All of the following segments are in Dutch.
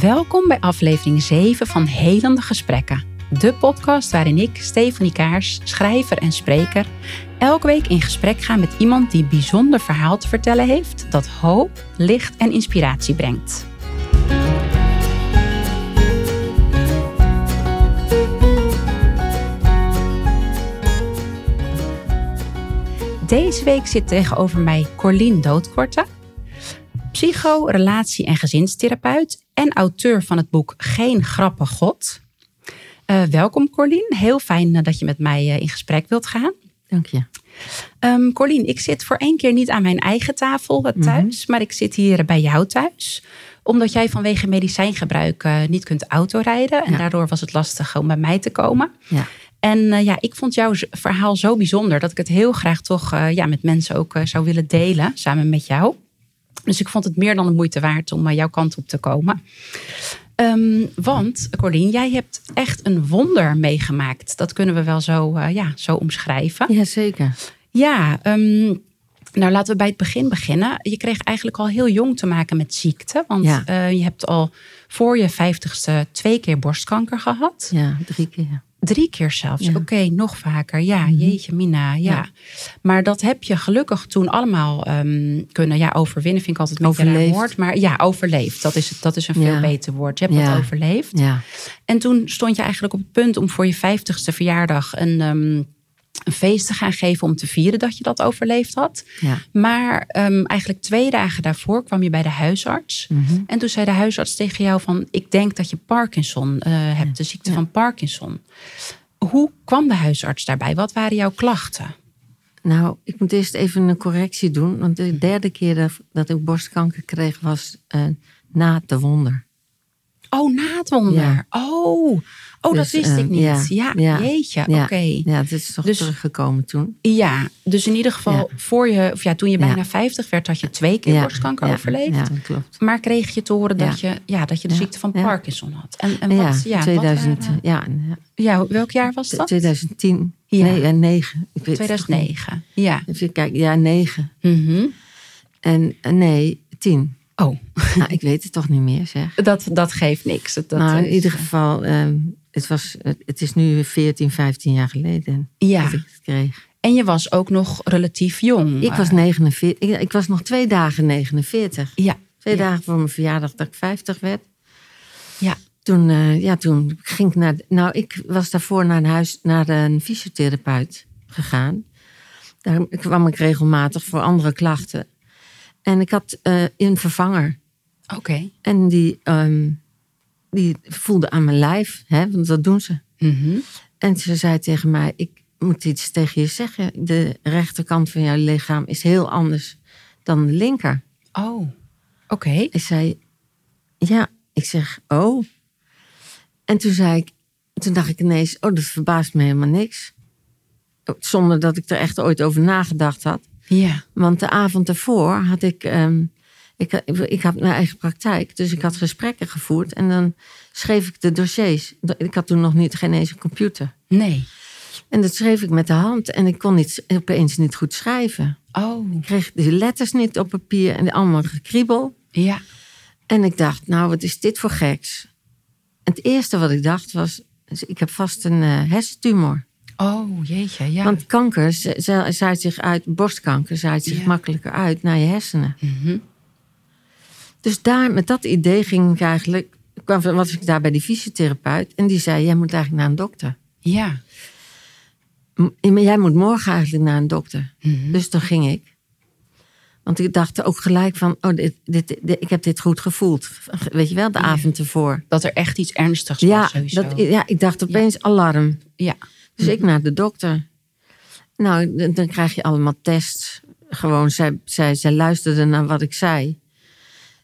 Welkom bij aflevering 7 van Helende Gesprekken. De podcast waarin ik, Stefanie Kaars, schrijver en spreker, elke week in gesprek ga met iemand die een bijzonder verhaal te vertellen heeft dat hoop, licht en inspiratie brengt. Deze week zit tegenover mij Corlien Doodkorte, psycho-, relatie- en gezinstherapeut en auteur van het boek Geen Grappen God. Eh, welkom Corlien, heel fijn eh, dat je met mij eh, in gesprek wilt gaan. Dank je. Ehm Corlien, ik zit voor één keer niet aan mijn eigen tafel eh, thuis, maar ik zit hier eh, bij jou thuis. Omdat jij vanwege medicijngebruik eh, niet kunt autorijden. En Ja. daardoor was het lastig om bij mij te komen. Ja. En eh, ja, ik vond jouw z- verhaal zo bijzonder dat ik het heel graag toch eh, ja, met mensen ook eh, zou willen delen, samen met jou. Dus ik vond het meer dan de moeite waard om eh, jouw kant op te komen. Ehm, want Corlien, jij hebt echt een wonder meegemaakt. Dat kunnen we wel zo, eh, ja, zo omschrijven. Jazeker. Ja, ehm, nou laten we bij het begin beginnen. Je kreeg eigenlijk al heel jong te maken met ziekte. Want Ja. eh, je hebt al voor je vijftigste twee keer borstkanker gehad. Ja, drie keer. Drie keer zelfs. Ja. Mhm. Oké, nog vaker. Ja, jeetje mina. Ja. Ja. Maar dat heb je gelukkig toen allemaal ehm, kunnen ja, overwinnen. Vind ik altijd een beetje een raar Overleefd. woord. Maar ja, overleefd. Dat is, het- dat is een veel Ja. beter woord. Je hebt Ja. dat overleefd. Ja. En toen stond je eigenlijk op het punt om voor je vijftigste verjaardag een, ehm, een feest te gaan geven om te vieren dat je dat overleefd had. Ja. Maar ehm, eigenlijk twee dagen daarvoor kwam je bij de huisarts. En toen zei de huisarts tegen jou van ik denk dat je Parkinson eh, hebt, de ziekte van Parkinson. Hoe kwam de huisarts daarbij? Wat waren jouw klachten? Nou, ik moet eerst even een correctie doen. Want de derde keer dat- dat ik borstkanker kreeg was eh, na de wonder. Oh, na het wonder. Ja. Oh, oh dat Dus, wist ik eh, niet. Ja, jeetje, ja, oké. Ja, het is toch Dus- teruggekomen toen. Ja, dus in ieder geval voor je, of ja, toen je Ja. bijna 50 werd, had je twee keer ja. borstkanker ja, overleefd. Ja, dat klopt. Maar kreeg je te horen dat, je, ja, dat je de Ja. ziekte van Ja. Parkinson had. En, en wat, ja, ja, wat 2000, waren- ja, ja, ja, welk jaar was dat? 2010. Ja. Nee, ja, 9. Ik weet het toch niet. 2009. Ja. Even kijken, ja, 9. Mhm. En eh, nee, 10. Oh, nou, ik weet het toch niet meer, zeg. dat, dat geeft niks. Dat, dat nou, is- eh, in ieder geval, ehm, het, was, het is nu 14, 15 jaar geleden Ja, dat ik het kreeg. en je was ook nog relatief jong. Ik was Eh, 49, ik, ik was nog twee dagen 49. Ja, Twee ja, dagen voor mijn verjaardag dat ik 50 werd. ja. Toen, eh, ja, toen ging ik naar. de- Nou, ik was daarvoor naar een, huis, naar een fysiotherapeut gegaan. Daar kwam ik regelmatig voor andere klachten. En ik had eh, een vervanger. oké. En die, ehm, die voelde aan mijn lijf, hè, want dat doen ze. Mhm. En ze zei tegen mij: Ik moet iets tegen je zeggen. De rechterkant van jouw lichaam is heel anders dan de linker. Oh, oké. Ik zei: Ja, ik zeg: Oh. En toen zei ik: Toen dacht ik ineens: Oh, dat verbaast me helemaal niks. Zonder dat ik er echt ooit over nagedacht had. Ja, Want de avond daarvoor had ik. ehm, ik, ik had mijn eigen praktijk, dus ik had gesprekken gevoerd. En dan schreef ik de dossiers. Ik had toen nog niet, geen eens een computer. nee. En dat schreef ik met de hand. En ik kon niet, opeens niet goed schrijven. Oh, Ik kreeg de letters niet op papier en allemaal gekriebel. ja. En ik dacht, nou, wat is dit voor geks? En het eerste wat ik dacht was, dus ik heb vast een eh, hersentumor. Oh, jeetje, ja. Want kanker ze- ze- zaait zich uit, borstkanker zaait zich Ja. makkelijker uit naar je hersenen. Mhm. Dus daar, met dat idee ging ik eigenlijk, kwam, was ik daar bij die fysiotherapeut. En die zei, jij moet eigenlijk naar een dokter. Ja, M- maar jij moet morgen eigenlijk naar een dokter. Mhm. Dus toen ging ik. Want ik dacht ook gelijk van, oh, dit, dit, dit- ik heb dit goed gevoeld. Weet je wel, de avond ervoor. dat er echt iets ernstigs was Ja, sowieso. dat, ja, ik dacht opeens alarm. ja. Dus ik naar de dokter. Nou, d- dan krijg je allemaal tests. Gewoon, zij, zij, zij luisterde naar wat ik zei.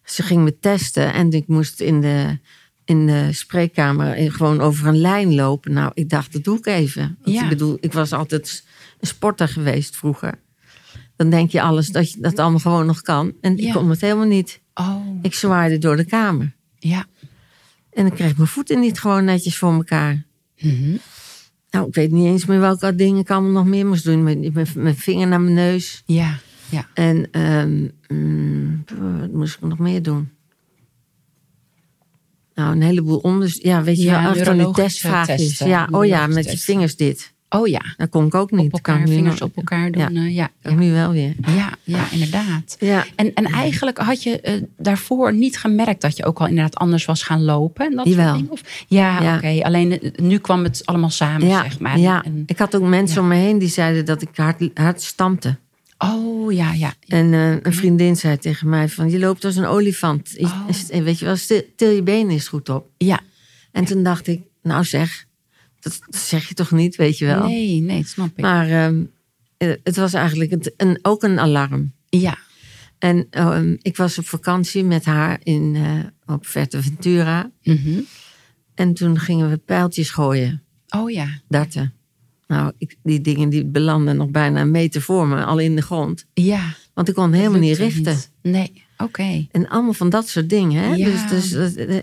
Ze ging me testen en ik moest in de, in de spreekkamer in- gewoon over een lijn lopen. Nou, ik dacht, dat doe ik even. Want Ja. Ik bedoel, ik was altijd s- een sporter geweest vroeger. Dan denk je alles dat je dat allemaal gewoon nog kan. En Ja. ik kon het helemaal niet. Oh, Ik zwaaide door de kamer. ja. En ik kreeg mijn voeten niet gewoon netjes voor elkaar. Mhm. Nou, ik weet niet eens meer welke dingen ik allemaal nog meer moest doen. Mijn, mijn, mijn vinger naar mijn neus. Ja, ja. En ehm, mm, wat moest ik nog meer doen? Nou, een heleboel onderzoek. Ja, weet je Ja, wel, echt van die neurologische testvraagjes. testen, Ja, oh ja, met je neurologische vingers dit. Oh ja, Dat kon ik ook niet. op elkaar, kan ik nu vingers nog- op elkaar doen. eh, Ja, ja, Nu wel weer. ja, ja inderdaad. Ja. En, en eigenlijk had je eh, daarvoor niet gemerkt dat je ook al inderdaad anders was gaan lopen. En dat soort Jawel. dingen? Of, ja, Ja. oké. Alleen eh, nu kwam het allemaal samen, Ja, zeg maar. ja. En- ik had ook mensen om me heen die zeiden dat ik hard, hard stampte. oh ja, ja. En eh, een vriendin zei tegen mij van, je loopt als een olifant. Je- Oh. is- eh, Weet je wel, stil, til je benen eens goed op. ja. En toen dacht ik, nou zeg, dat, dat zeg je toch niet, weet je wel. Nee, nee, dat snap ik. Maar ehm, eh, het was eigenlijk het- een, ook een alarm. ja. En ehm, ik was op vakantie met haar in, eh, op Ventura. Mhm. En toen gingen we pijltjes gooien. Oh ja. darten. Nou, ik, die dingen die belanden nog bijna een meter voor me, al in de grond. Ja. Want ik kon helemaal niet Lukt het richten. niet. Nee, oké. En allemaal van dat soort dingen. Hè? Ja. Dus, dus dat- dat-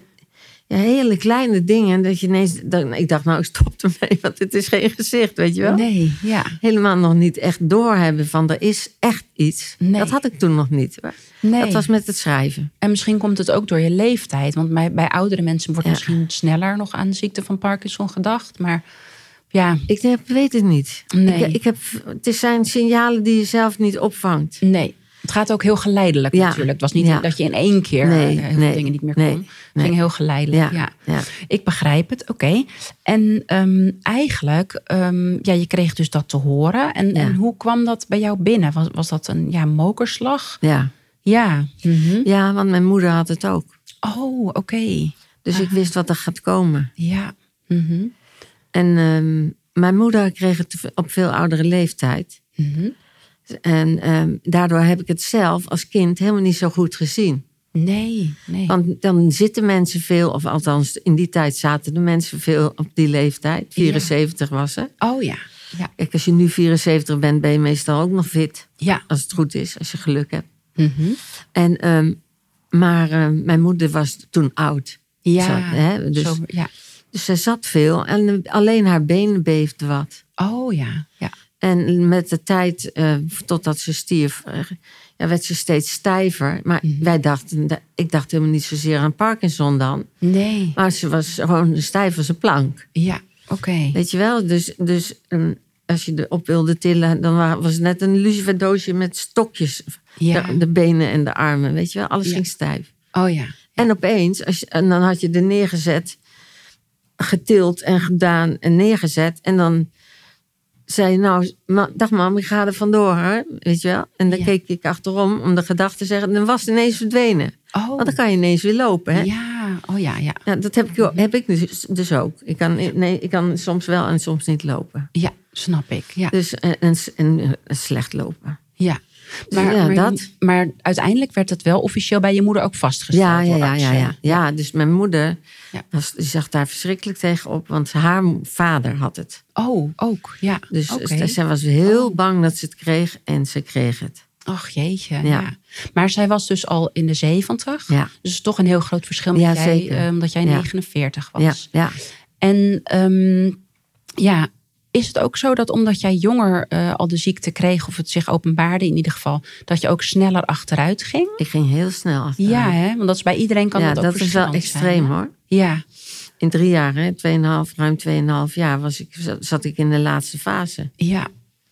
ja, hele kleine dingen. Dat je ineens, dan, ik dacht, nou, ik stop ermee, want het is geen gezicht, weet je wel. Nee, ja. Helemaal nog niet echt doorhebben van er is echt iets. Nee. Dat had ik toen nog niet. hoor. Nee. Dat was met het schrijven. En misschien komt het ook door je leeftijd. Want bij, bij oudere mensen wordt Ja. misschien sneller nog aan de ziekte van Parkinson gedacht. Maar ja, Ik heb, weet het niet. Nee. Ik, ik heb, het zijn signalen die je zelf niet opvangt. nee. Het gaat ook heel geleidelijk Ja. natuurlijk. Het was niet Ja. dat je in één keer eh, Nee, heel nee, veel dingen niet meer kon. nee, Het ging nee. heel geleidelijk, ja. ja. Ik begrijp het, oké. En ehm, eigenlijk, ehm, ja, je kreeg dus dat te horen. En, en hoe kwam dat bij jou binnen? Was, was dat een ja, mokerslag? ja. Ja. Mhm. Ja, want mijn moeder had het ook. Oh, oké. Dus Ah. ik wist wat er gaat komen. Ja. Mhm. En ehm, mijn moeder kreeg het op veel oudere leeftijd. Mhm. En ehm, daardoor heb ik het zelf als kind helemaal niet zo goed gezien. Nee, nee. Want dan zitten mensen veel, of althans in die tijd zaten de mensen veel op die leeftijd. 74 was ze. oh ja. Ja. Kijk, als je nu 74 bent, ben je meestal ook nog fit. Ja. Als het goed is, als je geluk hebt. Mhm. En, ehm, maar ehm, mijn moeder was toen oud. Ja. Zo, hè? Dus, Zo, ja. dus zij zat veel en eh, alleen haar benen beefden wat. Oh ja. Ja. En met de tijd, eh, totdat ze stierf, eh, ja, werd ze steeds stijver. Maar wij dachten, ik dacht helemaal niet zozeer aan Parkinson dan. Nee. Maar ze was gewoon stijf als een plank. Ja. Oké. Weet je wel? Dus, dus ehm, als je erop wilde tillen, dan wa- was het net een luciferdoosje met stokjes. Ja. De, de benen en de armen, weet je wel? Alles Ja. ging stijf. Oh ja. En opeens, als je- en dan had je er neergezet, getild en gedaan en neergezet. En dan zei je, nou, ma- dag mam, ik ga er vandoor, hè? weet je wel. En dan Ja. keek ik achterom om de gedachte te zeggen. En dan was het ineens verdwenen. Oh. Want dan kan je ineens weer lopen, hè. Ja. Oh ja. Ja. Nou, dat heb ik, wel- heb ik dus, dus ook. Ik kan, nee, ik kan soms wel en soms niet lopen. Ja. Snap ik. Ja. Dus, en, en, en slecht lopen. Ja. Dus Maar, ja, maar, dat. maar uiteindelijk werd dat wel officieel bij je moeder Dus ook vastgesteld. Ja, ja, door ja, ja, artsen. ja. ja, dus mijn moeder Ja. was, die zag daar verschrikkelijk tegen op. Want haar vader had het. Oh, ook. Ja. Dus Oké. Oh. ze- zij was heel bang dat ze het kreeg en ze kreeg het. Ach jeetje. Ja. Ja. Maar zij was dus al in de 70. Ja. Dus is toch een heel groot verschil met Ja, jij, zeker. ehm, dat jij Ja. 49 was. Ja, ja. En ehm, ja, is het ook zo dat omdat jij jonger eh, al de ziekte kreeg, of het zich openbaarde in ieder geval, dat je ook sneller achteruit ging? Ik ging heel snel achter. Ja, hè? want dat is bij iedereen kan ja dat ook dat is wel verschillend extreem zijn. hoor. Ja, In drie jaar, hè, tweeënhalf, ruim tweeënhalf jaar, was ik, zat- zat ik in de laatste fase. ja,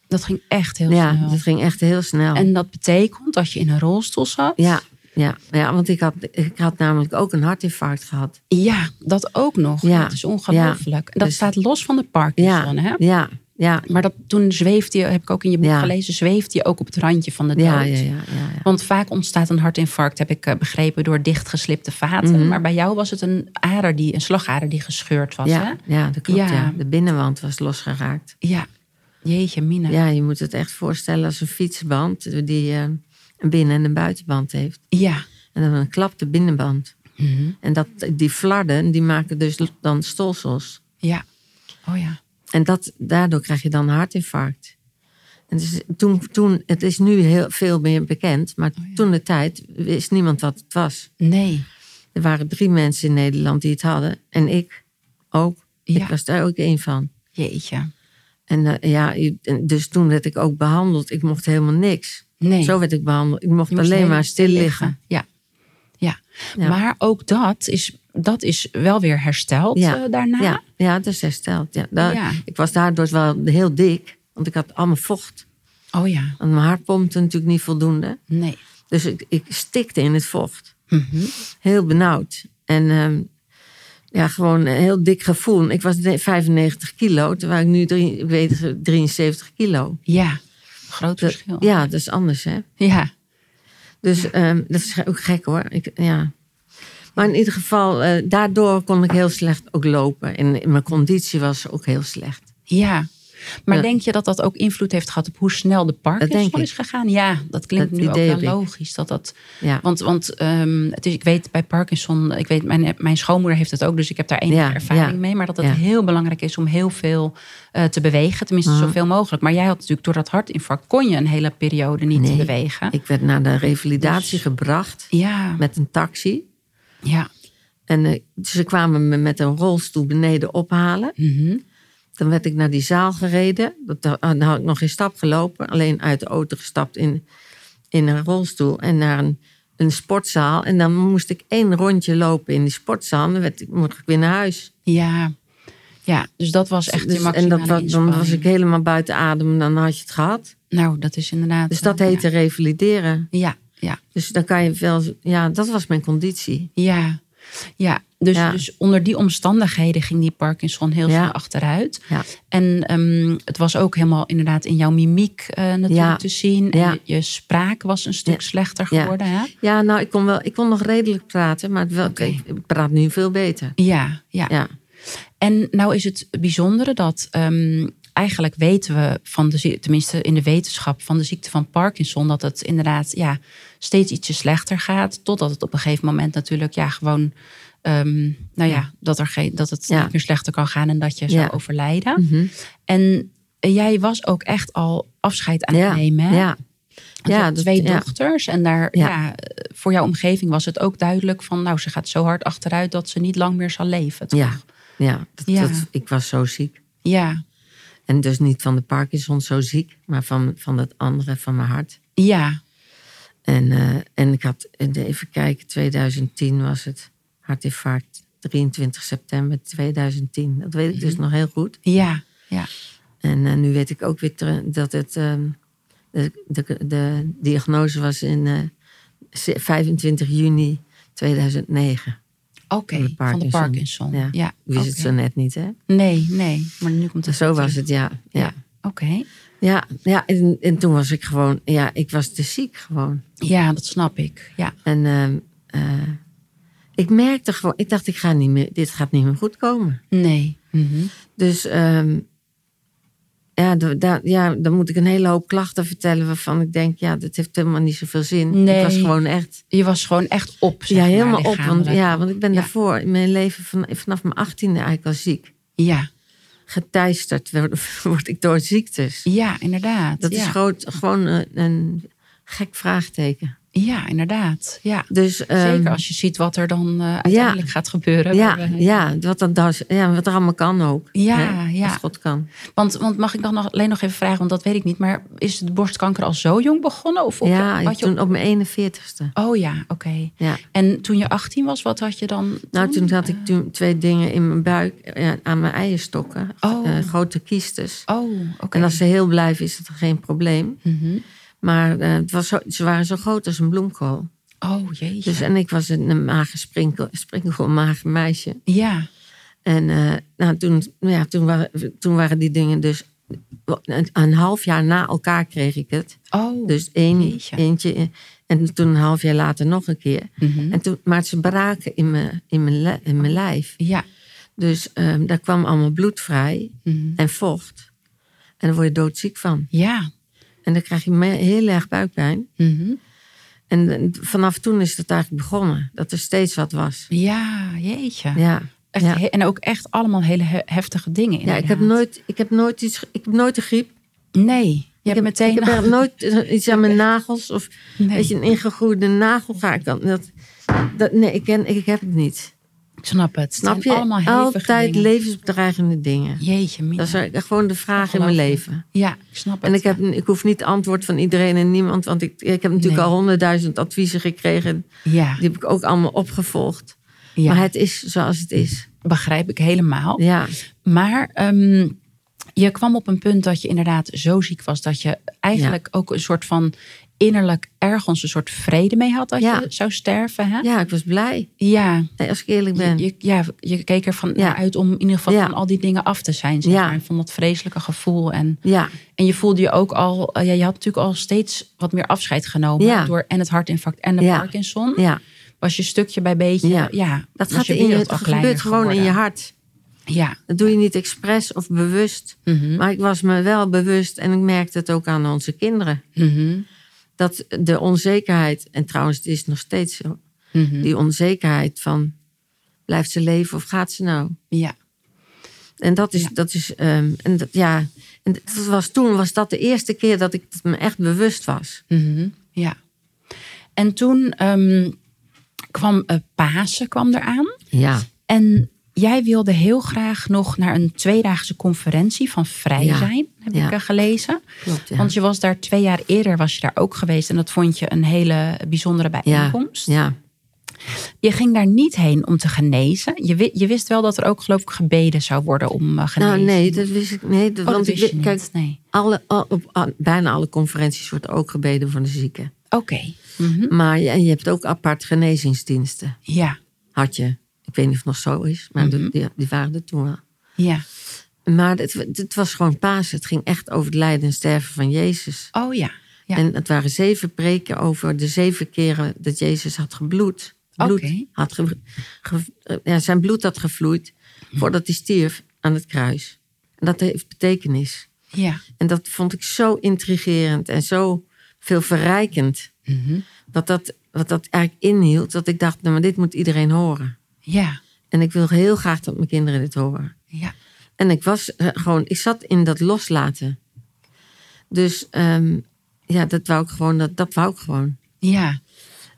dat ging echt heel ja, snel. dat ging echt heel snel. En dat betekent dat je in een rolstoel zat. Ja, ja, ja, want ik had, ik had namelijk ook een hartinfarct gehad. Ja, dat ook nog. Ja. Dat is ongelooflijk. En dat Dus- staat los van de Ja, Parkinson, hè? ja, ja, Maar dat, toen zweefde je, heb ik ook in je boek Ja. gelezen, zweefde je ook op het randje van de dood. ja, ja, ja, ja, ja. Want vaak ontstaat een hartinfarct, heb ik eh, begrepen, door dichtgeslipte vaten. Mhm. Maar bij jou was het een ader die, een slagader die gescheurd was. Hè? Ja, ja, dat klopt. Ja. Ja. De binnenwand was losgeraakt. ja. Jeetje, Mina. Ja. Ja, je moet het echt voorstellen als een fietsband die eh, een binnen- en een buitenband heeft. Ja. En dan een klap de binnenband. Mhm. En dat, die flarden, die maken dus dan stolsels. Oh ja. En dat, daardoor krijg je dan een hartinfarct. En dus toen, toen, het is nu heel veel meer bekend, maar Oh, toen de tijd wist niemand wat het was. Nee. Er waren drie mensen in Nederland die het hadden. En ik ook. Ja. Ik was daar ook één van. Jeetje. En eh, ja, je- en dus toen werd ik ook behandeld. Ik mocht helemaal niks. Nee. Zo werd ik behandeld. Ik mocht Je moest alleen heel maar stil liggen. Ja. Ja. Ja. Maar ook dat is dat is wel weer hersteld Ja, eh, daarna. Ja, ja, dat is hersteld. Ja. Daar, Ja. Ik was daardoor wel heel dik, want ik had allemaal vocht. Oh ja, Want mijn hart pompte natuurlijk niet voldoende. nee. Dus ik, ik stikte in het vocht. Mhm. Heel benauwd. En ehm, ja, gewoon een heel dik gevoel. Ik was de- 95 kilo, terwijl ik nu drie, ik weet, 73 kilo. Ja, groot Dat- verschil. ja, dat is anders, hè? ja. Dus ehm, dat is ook gek hoor. Ik, ja. Maar in ieder geval, eh, daardoor kon ik heel slecht ook lopen. En mijn conditie was ook heel slecht. Ja. Maar Ja. denk je dat dat ook invloed heeft gehad op hoe snel de denk Parkinson ik. is gegaan? Ja, dat klinkt Dat nu ook idee wel heb ik. logisch. Dat dat, Ja. Want, want ehm, het is, ik weet bij Parkinson, ik weet, mijn, mijn schoonmoeder heeft het ook, dus ik heb daar enige Ja, ervaring ja, mee. Maar dat het ja. heel belangrijk is om heel veel eh, te bewegen, tenminste Mhm. zoveel mogelijk. Maar jij had natuurlijk door dat hartinfarct, kon je een hele periode niet Nee, bewegen. Ik werd naar de revalidatie gebracht ja, met een taxi. ja. En eh, ze kwamen me met een rolstoel beneden ophalen. Mhm. Dan werd ik naar die zaal gereden. Dat, ah, dan had ik nog geen stap gelopen. Alleen uit de auto gestapt in, in een rolstoel. En naar een, een sportzaal. En dan moest ik één rondje lopen in die sportzaal. En dan werd, ik- mocht ik weer naar huis. ja. Ja, dus dat was echt je Dus- en maximale dat was, dan inspanning. was ik helemaal buiten adem. En dan had je het gehad. Nou, dat is inderdaad... Dus dat eh, heette revalideren. Ja, ja. Dus dan kan je wel... Ja, dat was mijn conditie. Ja, ja. Dus, Ja. dus onder die omstandigheden ging die Parkinson heel Ja. snel achteruit. Ja. En ehm, het was ook helemaal inderdaad in jouw mimiek eh, natuurlijk Ja. te zien. En Ja. je, je spraak was een stuk slechter Ja. geworden. Hè? Ja, nou, ik kon, wel, ik kon nog redelijk praten, maar het wel, ik, ik praat nu veel beter. Ja, ja. Ja, En nou is het bijzondere dat ehm, eigenlijk weten we van de ziekte, tenminste in de wetenschap van de ziekte van Parkinson, dat het inderdaad ja, steeds ietsje slechter gaat. Totdat het op een gegeven moment natuurlijk ja, gewoon. ehm, nou ja, dat, er geen, dat het Ja. niet meer slechter kan gaan en dat je Ja. Mhm. zou overlijden. En eh, jij was ook echt al afscheid aan het ja, nemen. Hè? ja. Want je Ja, hebt dat- twee ja. dochters. En daar, ja. Ja. voor jouw omgeving was het ook duidelijk van... nou, ze gaat zo hard achteruit dat ze niet lang meer zal leven. toch? ja, ja, dat, Ja. dat- ik was zo ziek. Ja. En dus niet van de Parkinson zo ziek, maar van, van dat andere, van mijn hart. Ja. En, eh, en ik had, even kijken, 2010 was het hartinfarct. 23 september 2010. Dat weet ik Mhm. dus nog heel goed. Ja. Ja. En eh, nu weet ik ook weer ter- dat het, ehm, de, de, de diagnose was in eh, ze- 25 juni 2009. Oké, Van de van de Parkinson. Parkinson. Ja. Ja. Ik wist het oké. zo net niet, hè? Nee, nee. Maar nu komt het Zo goed, was ja. het, ja. Ja, Oké. ja, ja en, en toen was ik gewoon... Ja, ik was te ziek gewoon. Ja, dat snap ik. Ja. En ehm, eh, ik merkte gewoon... Ik dacht, ik ga niet meer, dit gaat niet meer goed komen. Nee. Mhm. Dus ehm, ja, da- da- ja, dan moet ik een hele hoop klachten vertellen... waarvan ik denk, ja, dat heeft helemaal niet zoveel zin. Nee. Ik was gewoon echt... Je was gewoon echt op. zeg Ja, maar, helemaal op. Want, lichamelijk. ja, want ik ben Ja. daarvoor in mijn leven van, vanaf mijn achttiende eigenlijk al ziek. ja. Geteisterd word, word ik door ziektes. Ja, inderdaad. Dat ja. is groot, gewoon een, een gek vraagteken. ja, inderdaad. Ja. Dus, ehm, Zeker als je ziet wat er dan eh, uiteindelijk gaat gebeuren. eh, ja, Waar we- ja, wat dat, dus- ja, wat er allemaal kan ook. Ja, hè, ja. Als God kan. Want, want mag ik dan nog, alleen nog even vragen, want dat weet ik niet. Maar is de borstkanker al zo jong begonnen? Of op je- ja, had je op- toen op mijn 41ste. Oh ja, oké. Ja. En toen je 18 was, wat had je dan? Nou, toen had ik toen twee dingen in mijn buik, eh, aan mijn eierstokken. Oh. eh, grote kiestes. Oh, oké. En als ze heel blijven, is dat geen probleem. Mhm. Maar eh, het was zo, ze waren zo groot als een bloemkool. Oh jeetje. Dus, en ik was een een mager sprinkel, sprinkel mager meisje. ja, En eh, nou, toen, nou ja, toen, waren, toen waren die dingen dus... Een, een half jaar na elkaar kreeg ik het. oh. Dus één, jeetje. eentje. in- En toen een half jaar later nog een keer. Mhm. En toen, maar ze braken in mijn, in mijn, li- in mijn lijf. Ja, Dus ehm, daar kwam allemaal bloed vrij. Mhm. En vocht. En daar word je doodziek van. ja. En dan krijg je me- heel erg buikpijn. Mhm. En eh, vanaf toen is het eigenlijk begonnen. Dat er steeds wat was. Ja, jeetje. Ja. Echt ja. he- En ook echt allemaal hele he- heftige dingen. Ja, ik heb inderdaad. nooit, ik heb nooit iets, ge- ik heb nooit een griep. Nee, je hebt meteen. Ah, Ik heb er nooit eh, iets aan mijn nagels of Nee. weet je, een ingegroeide nagel ga ik dan. Dat, dat, nee, ik, ken, ik heb het niet. Ik snap het. Het Snap zijn je? Allemaal hevige Altijd dingen. levensbedreigende dingen. Jeetje, mina. Dat is eigenlijk gewoon de vraag in mijn leven. Ja, ik snap het. En ik, heb, ik hoef niet antwoord van iedereen en niemand, want ik, ik heb natuurlijk eh? Nee. al honderdduizend adviezen gekregen. ja. Die heb ik ook allemaal opgevolgd. Ja. Maar het is zoals het is. Begrijp ik helemaal. Ja, Maar ehm, je kwam op een punt dat je inderdaad zo ziek was dat je eigenlijk ook een soort van innerlijk ergens een soort vrede mee had dat Ja. je zou sterven. Hè? ja ik was blij. Ja. Nee, als ik eerlijk Je, ben. je- ja, je keek ervan Ja. naar uit om in ieder geval Ja. van al die dingen af te zijn. Zeg Ja. maar, en van dat vreselijke gevoel. En, Ja, en je voelde je ook al, eh, ja, je had natuurlijk al steeds wat meer afscheid genomen. Ja. Door en het hartinfarct en de Ja. Parkinson. ja. Was je stukje bij beetje, ja, Ja. was Dat gaat je in je, wereld het al kleiner gebeurt gewoon in je geworden. hart. Ja, Mhm. Dat doe je niet expres of bewust. Maar ik was me wel bewust en ik merkte het ook aan onze kinderen. Mhm. Dat de onzekerheid, en trouwens het is nog steeds zo, Mhm. die onzekerheid van blijft ze leven of gaat ze nou? ja. En dat is, Ja. dat is ehm, en dat, ja, en dat was, toen was dat de eerste keer dat ik het me echt bewust was. Mhm, Ja. En toen ehm, kwam eh, Pasen kwam eraan. Ja, En jij wilde heel graag nog naar een tweedaagse conferentie van Vrij Ja. Zijn, heb Ja. ik eh, gelezen. klopt. Ja, Want je was daar twee jaar eerder was je daar ook geweest. En dat vond je een hele bijzondere ja, bijeenkomst. ja, Je ging daar niet heen om te genezen. Je, wi- je wist wel dat er ook geloof ik gebeden zou worden om eh, genezen. Nou nee, dat wist ik nee, dat- Oh, dat want wist ik, je niet. kijk, nee. alle, al- op, aan- bijna alle conferenties wordt ook gebeden voor de zieken. Oké. Mhm. Maar je, je hebt ook apart genezingsdiensten. Ja. Had je. Ik weet niet of het nog zo is, maar Mhm. de- die, die waren er toen wel. Ja. Maar het, het was gewoon Pasen. Het ging echt over het lijden en sterven van Jezus. Oh ja. ja. En het waren zeven preken over de zeven keren dat Jezus had gebloed. Bloed Oké. had ge- ge- eh, ja, zijn bloed had gevloeid voordat hij stierf aan het kruis. En dat heeft betekenis. ja. En dat vond ik zo intrigerend en zo veel verrijkend. Mhm. Dat, dat, wat dat eigenlijk inhield, dat ik dacht, nou, maar dit moet iedereen horen. Ja. En ik wil heel graag dat mijn kinderen dit horen. Ja. En ik was eh, gewoon, ik zat in dat loslaten. Dus ehm, ja, dat wou ik gewoon, dat, dat wou ik gewoon. Ja.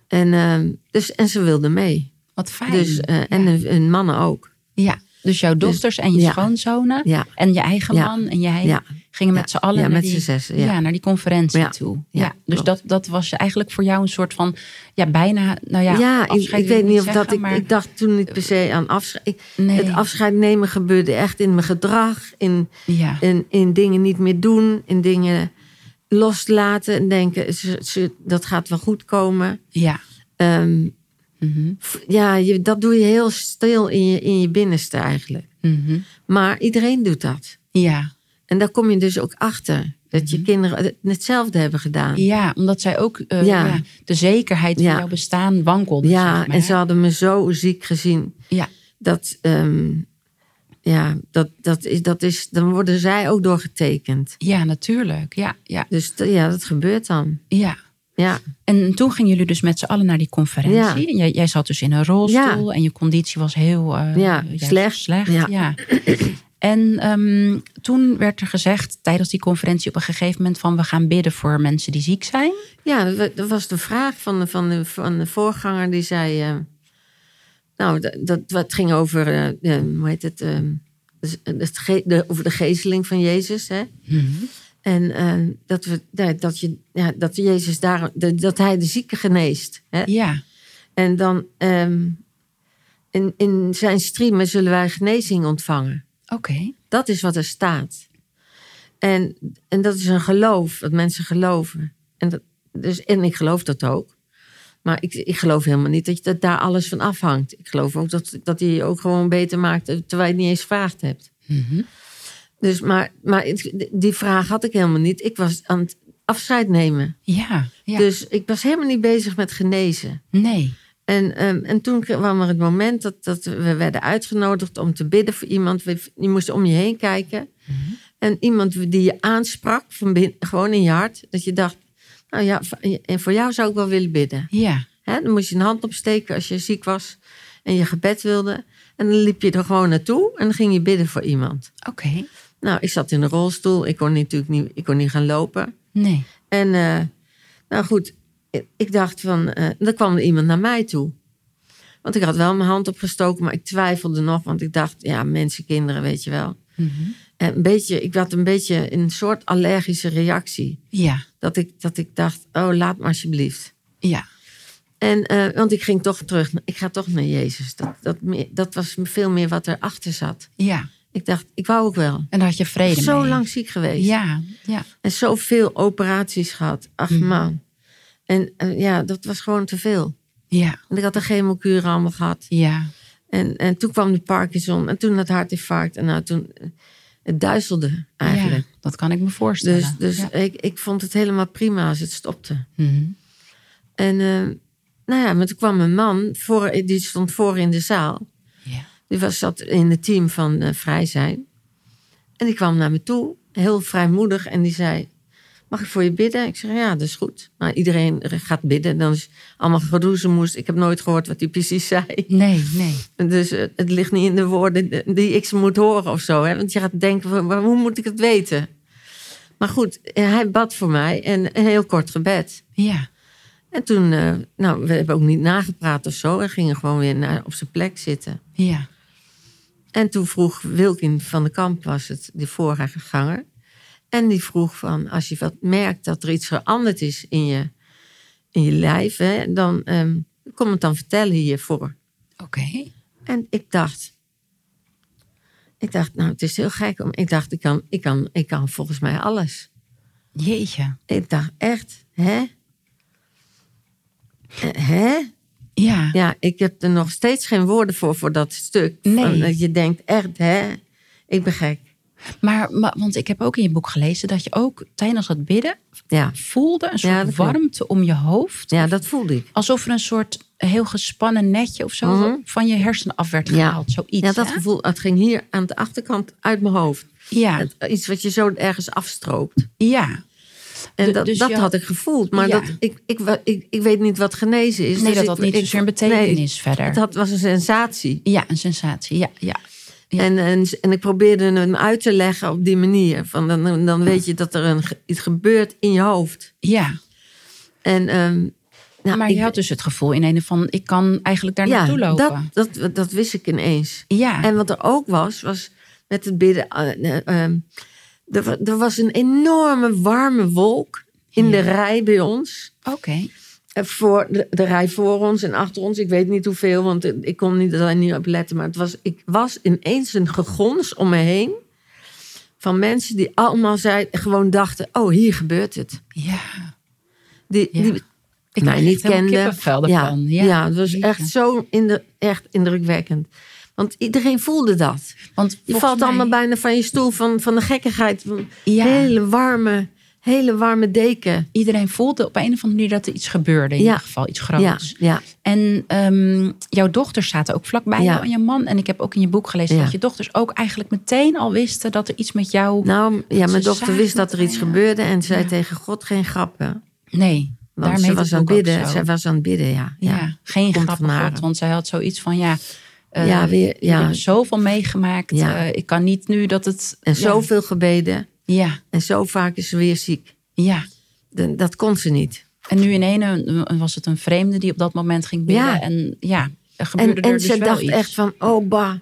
En, ehm, dus, en ze wilden mee. Wat fijn. Dus, eh, En hun, hun mannen ook. Ja, dus jouw dochters en je ja. schoonzonen Ja. en je eigen Ja. man en jij Ja. gingen met Ja. z'n allen Ja, naar, met die, z'n zessen, ja. naar die conferentie Ja. toe. Ja. Ja, Dus klopt. dat, dat was eigenlijk voor jou een soort van, ja, bijna, nou ja, Ja, ik, afscheid ik wil weet niet of zeggen, dat ik, maar- ik dacht toen niet per se aan afscheid. ik- Nee. Het afscheid nemen gebeurde echt in mijn gedrag, in, ja. in, in dingen niet meer doen, in dingen loslaten en denken, ze, ze- dat gaat wel goed komen. ja, Ehm, f- Ja, je, dat doe je heel stil in je, in je binnenste eigenlijk. mhm, Maar iedereen doet dat. ja, En daar kom je dus ook achter. Dat je kinderen het- hetzelfde hebben gedaan. Ja, ja, omdat zij ook eh, ja. Ja. de zekerheid van Ja. jouw bestaan wankelde. zeg maar. en ze hadden me zo ziek gezien. ja, Dat, ehm, ja, dat, dat is, dat is, dan worden zij ook doorgetekend. ja, natuurlijk. Ja, ja, Dus t- ja, dat gebeurt dan. ja. Ja, En toen gingen jullie dus met z'n allen naar die conferentie. Ja. En jij, jij zat dus in een rolstoel en je conditie was heel eh, Ja, juist slecht. Ja. Ja. En ehm, toen werd er gezegd tijdens die conferentie op een gegeven moment van we gaan bidden voor mensen die ziek zijn. ja dat, wa- dat was de vraag van de, van de, van de voorganger. Die zei, eh, nou, dat, dat, het ging over, eh, eh, hoe heet het, eh, dus, eh, het ge- de, over de geesteling van Jezus. Hè? En eh, dat, we, ja, dat, je, ja, dat Jezus daar, de- dat hij de zieken geneest. Hè? Ja, En dan ehm, in, in zijn streamen zullen wij genezing ontvangen. oké. Dat is wat er staat. En, en dat is een geloof, wat mensen geloven. En, dat, dus, en ik geloof dat ook. Maar ik, ik geloof helemaal niet dat, je, dat daar alles van afhangt. Ik geloof ook dat, dat hij je ook gewoon beter maakt eh, terwijl je het niet eens gevraagd hebt. Dus, maar maar het- die vraag had ik helemaal niet. Ik was aan het afscheid nemen. Ja, ja. Dus ik was helemaal niet bezig met genezen. nee. En, ehm, en toen kwam er het moment dat, dat we werden uitgenodigd om te bidden voor iemand. We- Je moest om je heen kijken. En iemand die je aansprak, van binnen, gewoon in je hart. Dat je dacht, nou ja, v- en voor jou zou ik wel willen bidden. Ja, Hè, dan moest je een hand opsteken als je ziek was en je gebed wilde. En dan liep je er gewoon naartoe en dan ging je bidden voor iemand. oké. Nou, ik zat in een rolstoel. Ik kon natuurlijk niet, ik kon niet gaan lopen. Nee. En eh, nou goed, ik- ik dacht van, eh er kwam er iemand naar mij toe. Want ik had wel mijn hand opgestoken, maar ik twijfelde nog, want ik dacht, ja, mensen, kinderen, weet je wel. Mhm. En een beetje, ik had een beetje een soort allergische reactie. Ja, Dat ik, dat ik dacht, oh, laat maar alsjeblieft. ja. En, eh, want ik ging toch terug. Ik ga toch naar Jezus. Dat, dat, meer- dat was veel meer wat erachter zat. Ja. Ik dacht, ik wou ook wel. En daar had je vrede Zo mee. lang ziek geweest. Ja, ja. En zoveel operaties gehad. Ach Mm. man. En eh, ja, dat was gewoon te veel. Ja. Want ik had de chemokuren allemaal gehad. Ja. En, en toen kwam de Parkinson. En toen dat hartinfarct. En nou, toen... eh, Het duizelde eigenlijk. Ja, dat kan ik me voorstellen. Dus, dus Ja. ik, ik vond het helemaal prima als het stopte. Mhm. En eh, nou ja, maar toen kwam een man, voor, die stond voor in de zaal. ja. Die was, zat in het team van eh, Vrij Zijn. En die kwam naar me toe, heel vrijmoedig. En die zei, mag ik voor je bidden? Ik zeg, ja, dat is goed. Maar iedereen gaat bidden. Dan is allemaal geroezemoes. Ik heb nooit gehoord wat hij precies zei. Nee, nee. Dus eh, het ligt niet in de woorden eh, die ik ze moet horen of zo. Hè? Want je gaat denken, wa- wa- hoe moet ik het weten? Maar goed, eh, hij bad voor mij. En een heel kort gebed. Ja. En toen, eh, nou, we hebben ook niet nagepraat of zo. We gingen gewoon weer naar, op zijn plek zitten. Ja. En toen vroeg Wilkin van de Kamp, was het, de vorige ganger. En die vroeg van, als je wat merkt dat er iets veranderd is in je, in je lijf... Hè, dan ehm, kom het dan vertellen hiervoor. Oké. En ik dacht... Ik dacht, nou, het is heel gek. om- Ik dacht, ik kan, ik kan, ik kan volgens mij alles. Jeetje. Ik dacht, echt, hè? Eh, Hè? Ja. Ja, ik heb er nog steeds geen woorden voor, voor dat stuk. Nee. Van dat je denkt, echt hè, ik ben gek. Maar, maar, want ik heb ook in je boek gelezen dat je ook tijdens dat bidden Ja, voelde een soort Ja, dat klopt. warmte om je hoofd. ja dat voelde ik. Alsof er een soort heel gespannen netje of zo van je hersenen af werd gehaald. Zoiets. Mhm. ja, dat hè? gevoel, het ging hier aan de achterkant uit mijn hoofd. Ja. Het- eh, iets wat je zo ergens afstroopt. ja. En Du- dat, dus dat je had- had ik gevoeld, maar Ja. dat, ik, ik, wa- ik, ik weet niet wat genezen is. Nee, dus dat ik- had niet ik- zozeer een betekenis verder. Het had, was een sensatie. Ja, een sensatie. Ja, ja. Ja. En, en, en ik probeerde hem uit te leggen op die manier. Van dan, dan weet je dat er een, ge- iets gebeurt in je hoofd. ja. En, ehm, nou, maar ik- je had dus het gevoel in een van, ik kan eigenlijk daar naartoe lopen. dat, dat, dat wist ik ineens. ja. En wat er ook was, was met het bidden. eh, eh, ehm, er, wa- er was een enorme warme wolk in de rij bij ons. Oké. Eh, Voor de, de rij voor ons en achter ons. Ik weet niet hoeveel, want eh, ik kon niet, daar niet op letten. Maar het was, ik was ineens een gegons om me heen. Van mensen die allemaal zei, gewoon dachten: oh, hier gebeurt het. Ja. Die, Ja. die Ik mij krijg niet helemaal kenden. kippenvel Ja, ervan. Ja, ja, het was zeker. echt zo inder, echt indrukwekkend. Want iedereen voelde dat. Want Je volgens valt mij- allemaal bijna van je stoel van, van de gekkigheid. Van Ja. Hele warme, hele warme deken. Iedereen voelde op een of andere manier dat er iets gebeurde. In Ja. ieder geval iets groots. Ja, ja. En ehm, jouw dochters zaten ook vlakbij Ja. jou en je man. En ik heb ook in je boek gelezen Ja. dat je dochters ook eigenlijk meteen al wisten dat er iets met jou... Nou, ja, Ze mijn dochter zagen wist dat er het, iets ja. gebeurde en zei tegen God geen grappen. nee, Want daarmee ze was aan het bidden. Zij Ja, was aan het bidden, ja. ja, geen Komt grappig van haar. God, want zij had zoiets van ja... eh, Ja, weer, Ik ja. heb zoveel meegemaakt. Ja. eh, ik kan niet nu dat het... En ja. zoveel gebeden. Ja, En zo vaak is ze weer ziek. ja. De- Dat kon ze niet. En nu in ene eh, was het een vreemde die op dat moment ging bidden. Ja. En ja, er En, gebeurde er en dus ze wel dacht iets. echt van, oh bah,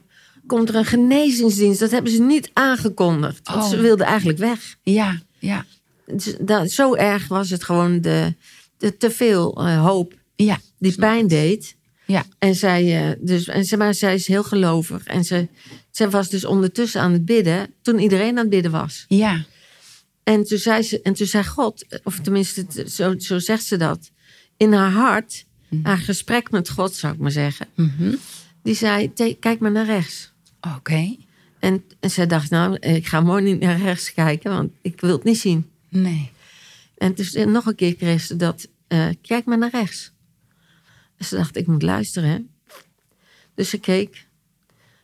komt er een genezingsdienst. Dat hebben ze niet aangekondigd. Want Oh. ze wilde eigenlijk weg. Ja, ja, Dus dat- zo erg was het gewoon de, de te veel eh, hoop ja, die pijn deed. ja. En zij, eh, dus, en ze, maar zij is heel gelovig. En ze, ze was dus ondertussen aan het bidden toen iedereen aan het bidden was. Ja, En toen zei, ze, en toen zei God, of tenminste t- zo, zo zegt ze dat, in haar hart, haar gesprek met God zou ik maar zeggen. Die zei, "Te- kijk maar naar rechts. oké. En, en zij dacht, nou, ik ga mooi niet naar rechts kijken, want ik wil het niet zien. Nee. En dus nog een keer kreeg ze dat, eh, kijk maar naar rechts. En ze dacht, ik moet luisteren. Hè? Dus ze keek.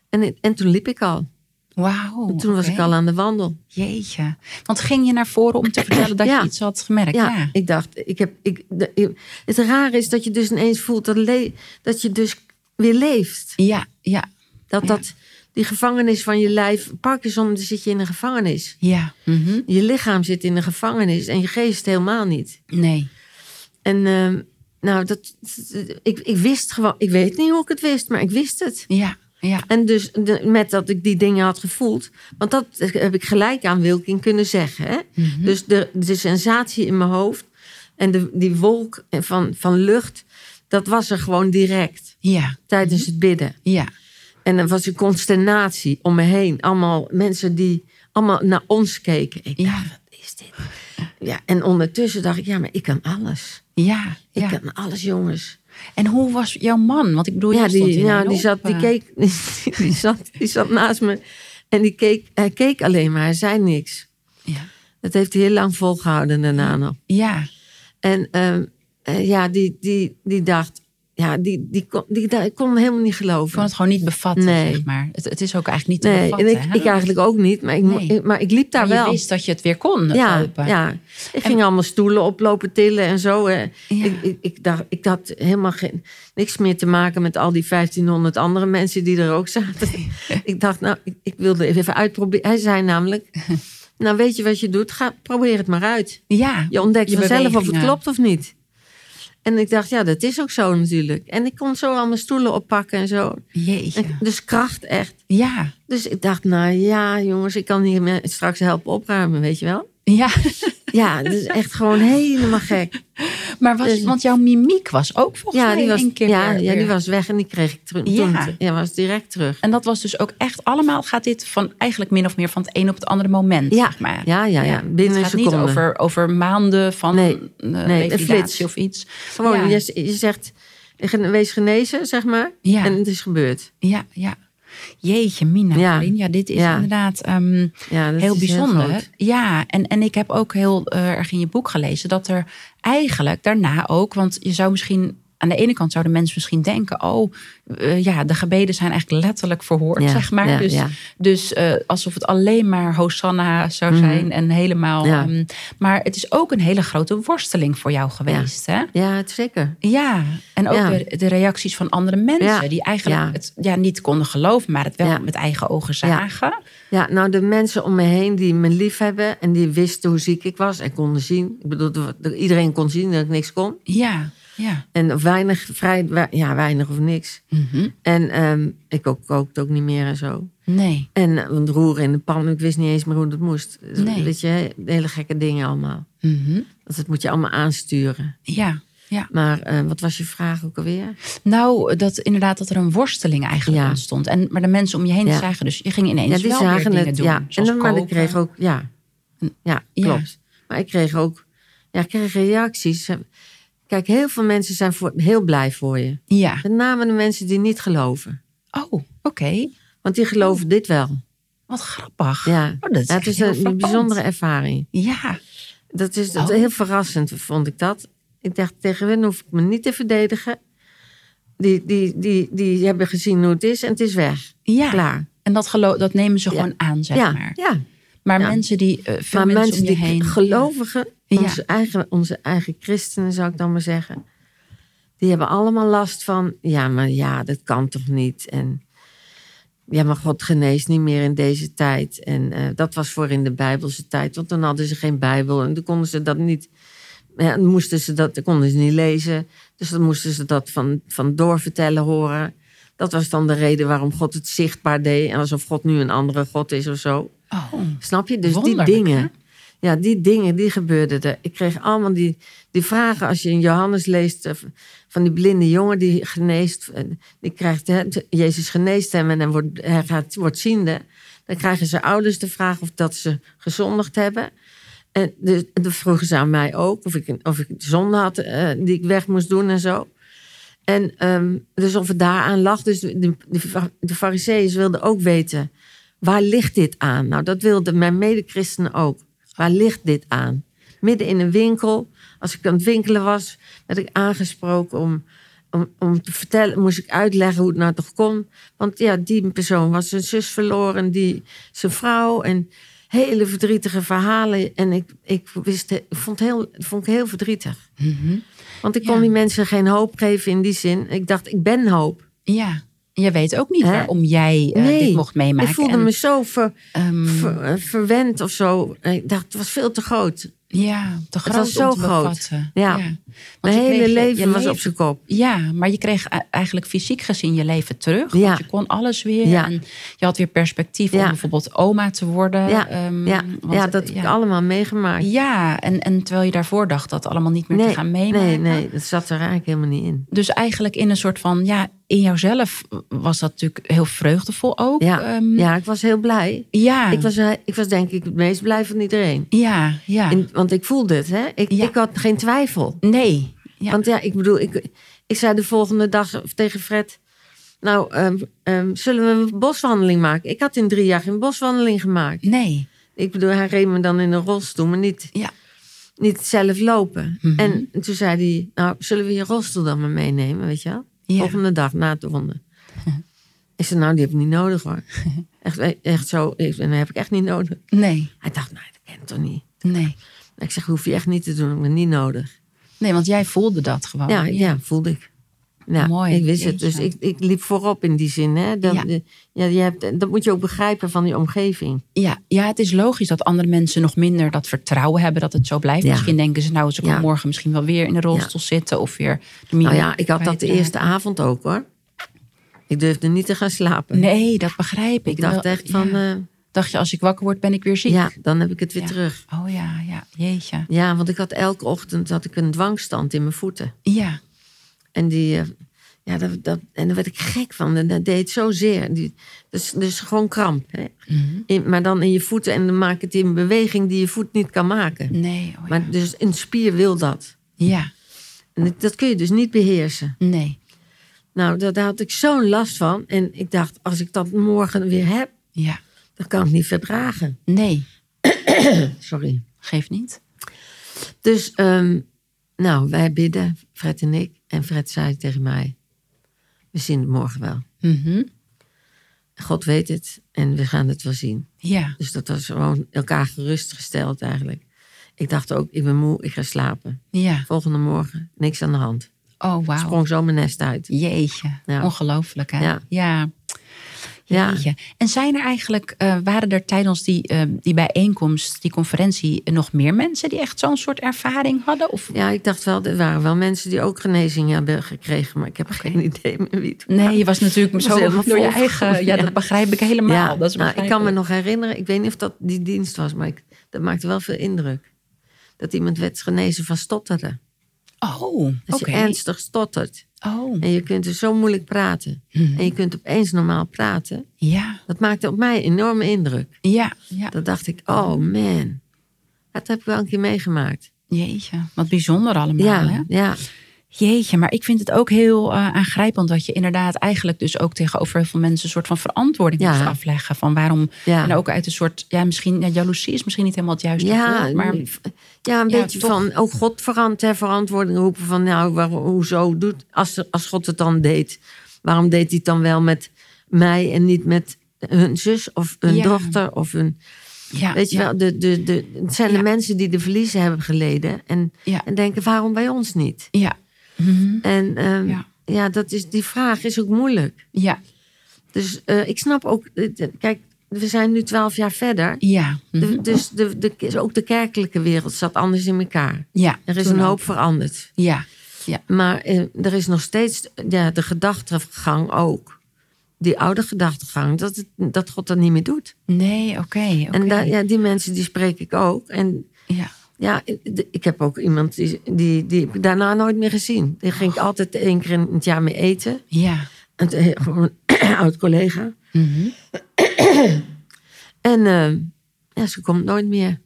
En, en toen liep ik al. Wauw. Toen was oké. ik al aan de wandel. Jeetje. Want ging je naar voren om te vertellen dat Ja. je iets had gemerkt? Ja, Ja. Ja. ik dacht, ik heb, ik, de- ik- het rare is dat je dus ineens voelt dat, le- dat je dus weer leeft. Ja, ja. Dat, Ja. dat die gevangenis van je lijf, Parkinson dan zit je in een gevangenis. mhm. Je lichaam zit in een gevangenis en je geest helemaal niet. Nee. En ehm, nou, dat, ik, ik wist gewoon, ik weet niet hoe ik het wist, maar ik wist het. Ja, ja. En dus de- met dat ik die dingen had gevoeld, want dat heb ik gelijk aan Wilkin kunnen zeggen. Hè? Mhm. Dus de, de sensatie in mijn hoofd en de, die wolk van, van lucht dat was er gewoon direct Ja, tijdens het bidden. ja, En er was een consternatie om me heen. Allemaal mensen die allemaal naar ons keken. Ik Ja. dacht, wat is dit? Ja, en ondertussen dacht ik, ja, maar ik kan alles. ja. Ik eh, ja. kan alles, jongens. En hoe was jouw man? Want ik bedoel, Ja, jij stond die, hier ja, net die, op, zat, die, eh, keek, die, zat, die zat naast me. En die keek, hij keek alleen maar, hij zei niks. eh, Ja, Dat heeft hij heel lang volgehouden daarna nog. ja. En ehm, eh, ja, die, die, die dacht, ja, die, die, kon, die, da- ik kon hem helemaal niet ik kon geloven. het gewoon niet bevatten, Nee. zeg maar. Het, het is ook eigenlijk niet te Nee, en bevatten. ik, hè? ik eigenlijk ook niet, maar ik, mo- Nee. ik- maar ik liep daar Maar je wel. wist dat je het weer kon, het ja, lopen. ja, ik ging allemaal stoelen oplopen tillen en zo. hè. Ik, ik, ik dacht, ik had helemaal geen, niks meer te maken met al die 1500 andere mensen die er ook zaten. ik dacht, nou, ik, ik wilde even uitproberen. Hij zei namelijk, nou weet je wat je doet? Ga, probeer het maar uit. Ja, Je ontdekt je vanzelf of het bewegingen. klopt of niet. En ik dacht, ja, dat is ook zo natuurlijk. En ik kon zo al mijn stoelen oppakken en zo. En Jeetje. dus kracht echt. Ja, Dus ik dacht, nou ja, jongens, ik kan hier me- straks helpen opruimen, weet je wel. ja. Ja, dat is echt gewoon helemaal gek. Maar was, Dus- want jouw mimiek was ook volgens Ja, mij die was, een keer ja, weer- ja, die weer- was weg en die kreeg ik terug. Ja. toen- Ja, was direct terug. En dat was dus ook echt allemaal gaat dit van eigenlijk min of meer van het een op het andere moment. Ja, zeg maar. ja, ja, ja. binnen het een gaat seconde. niet over, over maanden van Nee, eh, nee, een revalidatie flits. of iets. Gewoon, ja, je, je zegt, gen- wees genezen, zeg maar. Ja. En het is gebeurd. ja, ja. Jeetje, Mina. Ja. Ja, ja dit is Ja. inderdaad ehm, Ja, dat heel is dus bijzonder. groot. ja, en, en ik heb ook heel eh, erg in je boek gelezen dat er eigenlijk daarna ook, want je zou misschien. Aan de ene kant zouden mensen misschien denken: oh, eh, ja, de gebeden zijn eigenlijk letterlijk verhoord, Ja, zeg maar. ja, dus ja. dus eh, alsof het alleen maar Hosanna zou zijn en helemaal. Mhm. Ja. ehm, maar het is ook een hele grote worsteling voor jou geweest, hè? Ja, het zeker. Ja, en ook Ja. De, de reacties van andere mensen Ja, die eigenlijk ja. het ja, niet konden geloven, maar het wel Ja. met eigen ogen zagen. Ja, nou de mensen om me heen die me lief hebben en die wisten hoe ziek ik was en konden zien. Ik bedoel, dat- dat iedereen kon zien dat ik niks kon. Ja, ja. En weinig, vrij, we- ja, weinig of niks. Mhm. En ehm, ik ook, kookte ook niet meer en zo. Nee. En eh, want roeren in de pan, ik wist niet eens meer hoe dat moest. Dus, Nee. Weet je, hele gekke dingen allemaal. Mhm. Dus dat moet je allemaal aansturen. Ja, ja. Maar eh, wat was je vraag ook alweer? Nou, dat inderdaad dat er een worsteling eigenlijk Ja. ontstond. En, maar de mensen om je heen Ja. zagen dus, je ging ineens wel weer dingen doen. ja. En zoals dan, maar ik koken. kreeg ook, ja. Ja, Ja. klopt. Maar ik kreeg ook, ja, ik kreeg reacties. Kijk, heel veel mensen zijn voor, heel blij voor je. Ja. Met name de mensen die niet geloven. Oh, oké. Want die geloven dit wel. Wat grappig. Ja, Oh, dat is Ja, het echt is heel een frappant. bijzondere ervaring. Ja, Dat is dat, Oh. heel verrassend, vond ik dat. Ik dacht, tegen hen hoef ik me niet te verdedigen. Die, die, die, die hebben gezien hoe het is en het is weg. ja. Klaar. En dat, gelo- dat nemen ze gewoon aan, zeg ja, maar. ja. Maar Ja. mensen die, eh, veel Maar mensen, mensen om je die heen. gelovigen, Ja. onze, eigen, onze eigen christenen zou ik dan maar zeggen, die hebben allemaal last van, ja, maar ja, dat kan toch niet. En ja, maar God geneest niet meer in deze tijd. En eh, dat was voor in de Bijbelse tijd, want dan hadden ze geen Bijbel en dan konden ze dat niet. Ja, dan moesten ze dat, dan konden ze niet lezen. Dus dan moesten ze dat van, van doorvertellen horen. Dat was dan de reden waarom God het zichtbaar deed. En alsof God nu een andere God is of zo. Oh, Snap je? Dus Wonderlijk, die dingen. Ja, die dingen, die gebeurden er. Ik kreeg allemaal die, die vragen als je in Johannes leest... eh, van die blinde jongen die geneest... eh, die krijgt, hè, t- Jezus geneest hem en hij wordt, hij gaat, wordt ziende. Dan krijgen zijn ouders de vraag of dat ze gezondigd hebben. En dus, dan vroegen ze aan mij ook of ik, een- of ik zonde had eh, die ik weg moest doen en zo. En ehm, dus of het daaraan lag. Dus de, de, de fariseeën wilden ook weten, waar ligt dit aan? Nou, dat wilden mijn medechristenen ook. Waar ligt dit aan? Midden in een winkel, als ik aan het winkelen was, werd ik aangesproken om, om, om te vertellen, moest ik uitleggen hoe het nou toch kon. Want ja, die persoon was zijn zus verloren, die, zijn vrouw en hele verdrietige verhalen. En ik, ik, wist, ik vond, heel, vond ik heel verdrietig. Want ik kon Ja. die mensen geen hoop geven in die zin. Ik dacht, ik ben hoop. ja. Je weet ook niet Hè? waarom jij eh, Nee, dit mocht meemaken. ik voelde En, me zo ver, ehm, ver- eh, verwend of zo. Ik dacht, het was veel te groot. Ja, de was groot om zo te groot. bevatten. Ja. Want Mijn je hele kreeg je- leven je was op zijn kop. Ja, maar je kreeg e- eigenlijk fysiek gezien je leven terug. Ja. Want je kon alles weer. Ja. En je had weer perspectief om Ja. bijvoorbeeld oma te worden. Ja, Ehm, ja, want, ja, dat heb ik ja. allemaal meegemaakt. Ja, en, en terwijl je daarvoor dacht dat allemaal niet meer te gaan meemaken. nee, nee, dat zat er eigenlijk helemaal niet in. Dus eigenlijk in een soort van, ja, in jouzelf was dat natuurlijk heel vreugdevol ook. Ja, Ehm, ja ik was heel blij. ja. Ik, was, eh, ik was denk ik het meest blij van iedereen. ja, ja. In- want ik voelde het, hè? Ik, Ja. ik had geen twijfel. nee. Ja. Want ja, ik bedoel, ik, ik zei de volgende dag tegen Fred... Nou, ehm, ehm, zullen we een boswandeling maken? Ik had in drie jaar geen boswandeling gemaakt. nee. Ik bedoel, hij reed me dan in een rolstoel, maar niet, Ja. niet zelf lopen. Mhm. En toen zei hij, nou, zullen we je rolstoel dan maar meenemen, weet je wel? Ja. Volgende dag, na het ronden. Ik zei, nou, die heb ik niet nodig hoor. Echt, echt zo, ik- en dat heb ik echt niet nodig. Nee. Hij dacht, nou, dat ken ik toch niet. Nee. Ik zeg, hoef je echt niet te doen, ik ben niet nodig. Nee, want jij voelde dat gewoon. ja, ja. voelde ik. Ja, Oh, Mooi, Ik wist het, dus jeetje. ik, ik liep voorop in die zin. Hè? Dat, Ja. ja. je hebt, dat moet je ook begrijpen van die omgeving. Ja, ja, het is logisch dat andere mensen nog minder dat vertrouwen hebben dat het zo blijft. Ja. Misschien denken ze, nou, ze Ja. komen morgen misschien wel weer in de rolstoel zitten of weer. de Nou minimum ja, ik had dat de kwijtraken. eerste avond ook hoor. Ik durfde niet te gaan slapen. Nee, dat begrijp ik. ik dacht Wel- echt van, ja. ja, Dacht je, als ik wakker word, ben ik weer ziek? ja dan heb ik het weer Ja. terug. Oh ja, ja, jeetje. Ja, want ik had elke ochtend had ik een dwangstand in mijn voeten. Ja, En, die, eh, ja, dat, dat, en daar werd ik gek van. En dat deed het zozeer. Die, dus, dus gewoon kramp. Hè? Mhm. In- maar dan in je voeten en dan maak het in een beweging die je voet niet kan maken. nee. Oh, ja. Maar dus een spier wil dat. ja, En dat- dat kun je dus niet beheersen. nee. Nou, daar, daar had ik zo'n last van. En ik dacht, als ik dat morgen weer heb, Ja, dan kan ik niet verdragen. nee. Sorry. Geeft niet. Dus, ehm, nou, wij bidden, Fred en ik. En Fred zei tegen mij, we zien het morgen wel. Mhm. God weet het en we gaan het wel zien. Ja, Dus dat was gewoon elkaar gerustgesteld eigenlijk. Ik dacht ook, ik ben moe, ik ga slapen. ja. Volgende morgen, niks aan de hand. Oh, wauw. Sprong zo mijn nest uit. Jeetje, Ja. ongelooflijk hè? Ja. ja. Ja. Jeetje. En zijn er eigenlijk, eh, waren er tijdens die, eh, die bijeenkomst, die conferentie, nog meer mensen die echt zo'n soort ervaring hadden? Of... Ja, ik dacht wel, er waren wel mensen die ook genezing hebben gekregen. Maar ik heb geen idee meer wie het Nee, je was natuurlijk was zo helemaal door je vol. eigen. Ja, Ja. dat begrijp ik helemaal. Ja, dat is nou, ik kan me begrijpelijk. nog herinneren, ik weet niet of dat die dienst was, maar ik, dat maakte wel veel indruk. Dat iemand werd genezen van stotteren. Oh, oké. Als je ernstig stottert Oh, en je kunt dus zo moeilijk praten Mhm. en je kunt opeens normaal praten, ja, dat maakte op mij een enorme indruk. ja, ja. Dat dacht ik, oh man, dat heb ik wel een keer meegemaakt. Jeetje, wat bijzonder allemaal. Nou, Hè? Ja, ja, Jeetje, maar ik vind het ook heel eh, aangrijpend dat je inderdaad eigenlijk dus ook tegenover heel veel mensen een soort van verantwoording Ja. moest afleggen. Van waarom. Ja. En ook uit een soort, ja, misschien, ja, jaloezie is misschien niet helemaal het juiste ja, woord, maar ja een Ja, beetje toch. van, oh God, verant, hè, verantwoording roepen van, nou, waar, hoezo doet, als, er- als God het dan deed, waarom deed hij het dan wel met mij en niet met hun zus of hun Ja. dochter of hun, ja, weet je ja, wel, de, de, de, het zijn Ja. de mensen die de verliezen hebben geleden en, Ja. en denken, waarom bij ons niet? Ja, Mhm. En ehm, Ja. ja, dat is, die vraag is ook moeilijk. ja, Dus eh, ik snap ook, eh, kijk, we zijn nu twaalf jaar verder. ja, Mhm. De- dus de, de, ook de kerkelijke wereld zat anders in elkaar. ja. Er is toen een ook. hoop veranderd. Ja, ja, Maar eh, er is nog steeds ja, de gedachtegang ook. Die oude gedachtegang, dat, het- dat God dat niet meer doet. nee, oké, oké. En daar- ja, die mensen die spreek ik ook. En ja, ja, de- ik heb ook iemand die, die, die heb ik daarna nooit meer gezien. Daar ging ik altijd één keer in het jaar mee eten. ja, En toen- Gewoon een oud collega. Mhm. En eh, ja, ze komt nooit meer.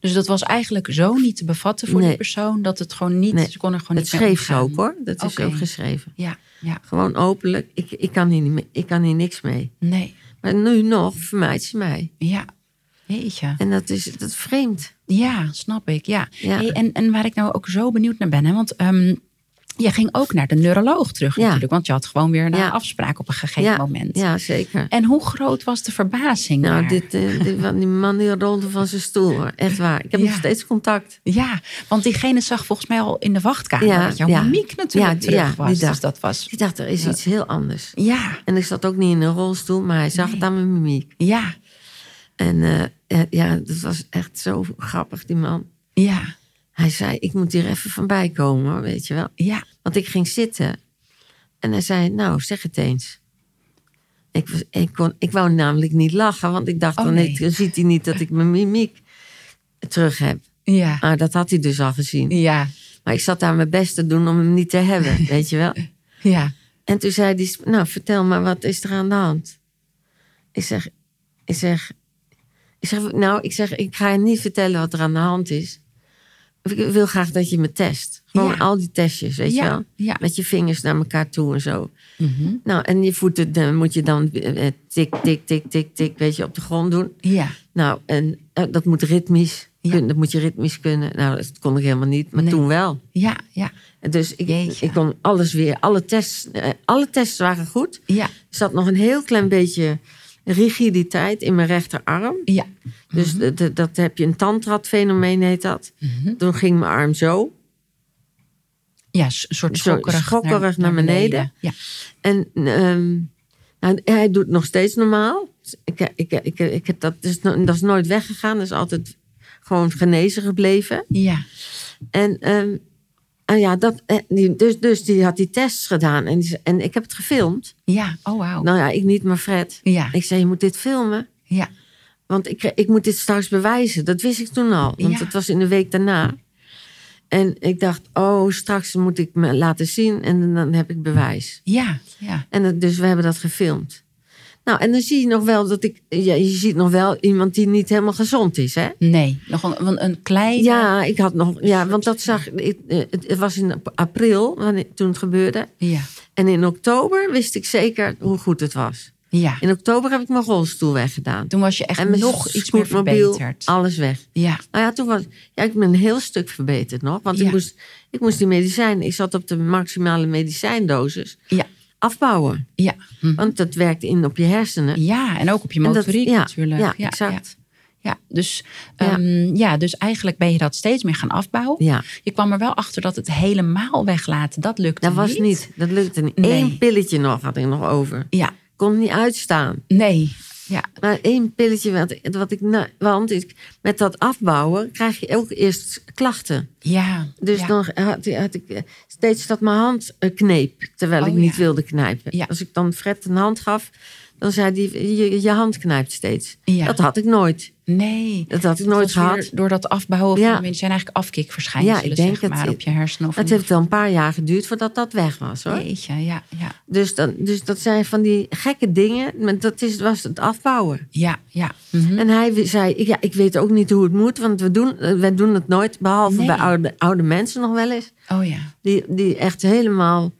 Dus dat was eigenlijk zo niet te bevatten voor die Nee. persoon dat het gewoon niet, Nee. ze kon er gewoon Dat niet mee schreef ze omgaan. ook hoor. Dat is Oké. ook geschreven. Ja, ja, Gewoon openlijk. Ik, ik, kan hier niet mee- ik kan hier niks mee. nee, Maar nu nog vermijdt ze mij. ja, jeetje. En dat is, dat is vreemd. Ja, snap ik. Ja. Ja. Hey, en, en waar ik nou ook zo benieuwd naar ben, hè, want ehm jij ging ook naar de neuroloog terug Ja. natuurlijk, want je had gewoon weer een Ja. afspraak op een gegeven ja, moment. Ja, zeker. En hoe groot was de verbazing? Nou, daar? dit, eh, dit, wa- die man die rolde van zijn stoel. hoor. Echt waar. Ik heb Ja. nog steeds contact. Ja, want diegene zag volgens mij al in de wachtkamer Ja, Ah, dat jouw ja. mimiek natuurlijk Ja, die- terug ja, die was. Dus dacht- dat was... Ik dacht, er is iets heel anders. Ja, En ik zat ook niet in een rolstoel, maar hij zag het aan mijn mimiek. ja, En eh, eh, ja, dat was echt zo grappig, die man. Ja, Hij zei, ik moet hier even van bij komen, hoor, weet je wel. ja. Want ik ging zitten. En hij zei, nou, zeg het eens. Ik, was- ik, kon, ik wou namelijk niet lachen, want ik dacht, Oh, oh, nee, nee. dan ziet hij niet dat ik mijn mimiek terug heb. Ja, Maar dat had hij dus al gezien. ja, Maar ik zat daar mijn best te doen om hem niet te hebben, weet je wel. ja. En toen zei hij, nou vertel maar, wat is er aan de hand? Ik zeg, ik zeg, ik zeg, nou, ik zeg, ik ga je niet vertellen wat er aan de hand is. Ik wil graag dat je me test. Gewoon Ja. al die testjes, weet Ja, je wel? ja. Met je vingers naar elkaar toe en zo. Mhm. Nou, en je voeten eh, moet je dan eh, eh, tik, tik, tik, tik, tik, weet je, op de grond doen. Ja, Nou, en eh, dat moet ritmisch. Ja. kun- dat moet je ritmisch kunnen. Nou, dat kon ik helemaal niet, maar Nee. toen wel. ja, ja, En Dus ik, Jeetje. ik kon alles weer, alle tests, eh, alle tests waren goed. ja, Er zat nog een heel klein beetje rigiditeit in mijn rechterarm. ja. Dus de- de- dat heb je een tandradfenomeen, heet dat. Toen ging mijn arm zo. Ja, s- een soort Zo, schokkerig, schokkerig naar beneden. Ja, En ehm, nou, hij doet nog steeds normaal. Ik, ik, ik, ik heb dat, is, no- dat is nooit weggegaan. Dat is altijd gewoon genezen gebleven. ja, En, ehm, ah ja, dat, eh, die, dus, dus die had die tests gedaan. En, die ze- en ik heb het gefilmd. ja. Oh, wauw. Nou ja, ik niet, maar Fred. Ja, Ik zei, je moet dit filmen. ja, Want ik, ik moet dit straks bewijzen. Dat wist ik toen al. Want Ja. het was in de week daarna. En ik dacht, oh, straks moet ik me laten zien. En dan heb ik bewijs. ja, ja. En het- dus we hebben dat gefilmd. Nou, en dan zie je nog wel dat ik... Ja, je ziet nog wel iemand die niet helemaal gezond is, hè? Nee, nog een, een, een kleine... Ja, ik had nog... Ja, want dat zag... Ik, eh, het, het was in april wanneer, toen het gebeurde. ja, En in oktober wist ik zeker hoe goed het was. ja. In oktober heb ik mijn rolstoel weggedaan. Toen was je echt en mijn nog iets meer scootmobiel, verbeterd. alles weg. Ja, Nou ja, toen was ja, ik ben een heel stuk verbeterd nog. Want Ja. ik, moest, ik moest die medicijn, ik zat op de maximale medicijndosis, ja, afbouwen. ja. Hm. Want dat werkt in op je hersenen. Ja, en ook op je En dat- motoriek ja, natuurlijk. ja, exact. Ja. Ja, dus, Ja. ehm, ja, dus eigenlijk ben je dat steeds meer gaan afbouwen. Ja, Je kwam er wel achter dat het helemaal weglaten, dat lukte dat was niet. niet. Dat lukte niet. Nee. Eén pilletje nog had ik nog over. Ja, Kon niet uitstaan. nee. Ja, Maar één pilletje, wat, wat ik, na- want ik, met dat afbouwen krijg je ook eerst klachten. ja. Dus ja. dan had, had ik eh, steeds dat mijn hand eh, kneep, terwijl Oh, ik niet ja. wilde knijpen. Ja. Als ik dan Fred een hand gaf, dan zei hij, je, je hand knijpt steeds. Ja. Dat had ik nooit. Nee. Dat had ik Het nooit was weer gehad. Door dat afbouwen van Ja. de mensen zijn eigenlijk afkikverschijnselen, Ja, ik denk zeg dus maar, het- op je hersenen. Of Het heeft wel een paar jaar geduurd voordat dat weg was. hoor. Jeetje, ja, ja, Dus, dan, dus dat zijn van die gekke dingen, maar dat is, was het afbouwen. ja, ja. Mhm. En hij w- zei, ik- ja, ik weet ook niet hoe het moet, want we doen, eh, wij doen het nooit, behalve Nee. bij oude, oude mensen nog wel eens. Oh ja, die, die echt helemaal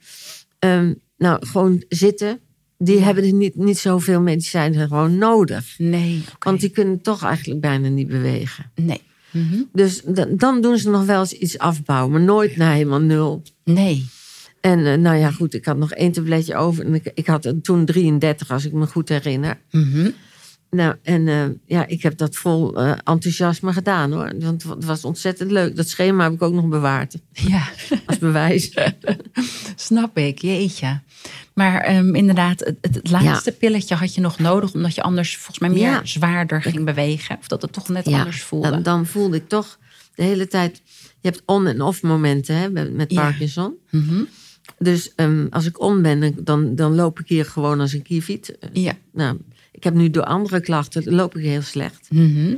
ehm, nou, gewoon zitten. Die hebben er niet, niet zoveel medicijnen gewoon nodig. nee. oké. Want die kunnen toch eigenlijk bijna niet bewegen. Nee. Mhm. Dus da- dan doen ze nog wel eens iets afbouwen, maar nooit naar helemaal nul. Nee. En eh, nou ja, goed, ik had nog één tabletje over. En ik, ik had er toen 33, als ik me goed herinner. Mhm. Nou, en eh, ja, ik heb dat vol eh, enthousiasme gedaan hoor. Want het was ontzettend leuk. Dat schema heb ik ook nog bewaard. Ja. Als bewijs. Snap ik, jeetje. Maar ehm, inderdaad, het, het, het laatste pilletje had je nog nodig, omdat je anders volgens mij meer Ja. zwaarder ging bewegen. Of dat het toch net anders voelde. Dan, dan voelde ik toch de hele tijd. Je hebt on- en off momenten hè, met, met Ja. Parkinson. Mhm. Dus ehm, als ik on ben, dan- dan, dan loop ik hier gewoon als een kieviet. Eh, Ja. Nou, ik heb nu door andere klachten loop ik heel slecht. Mhm.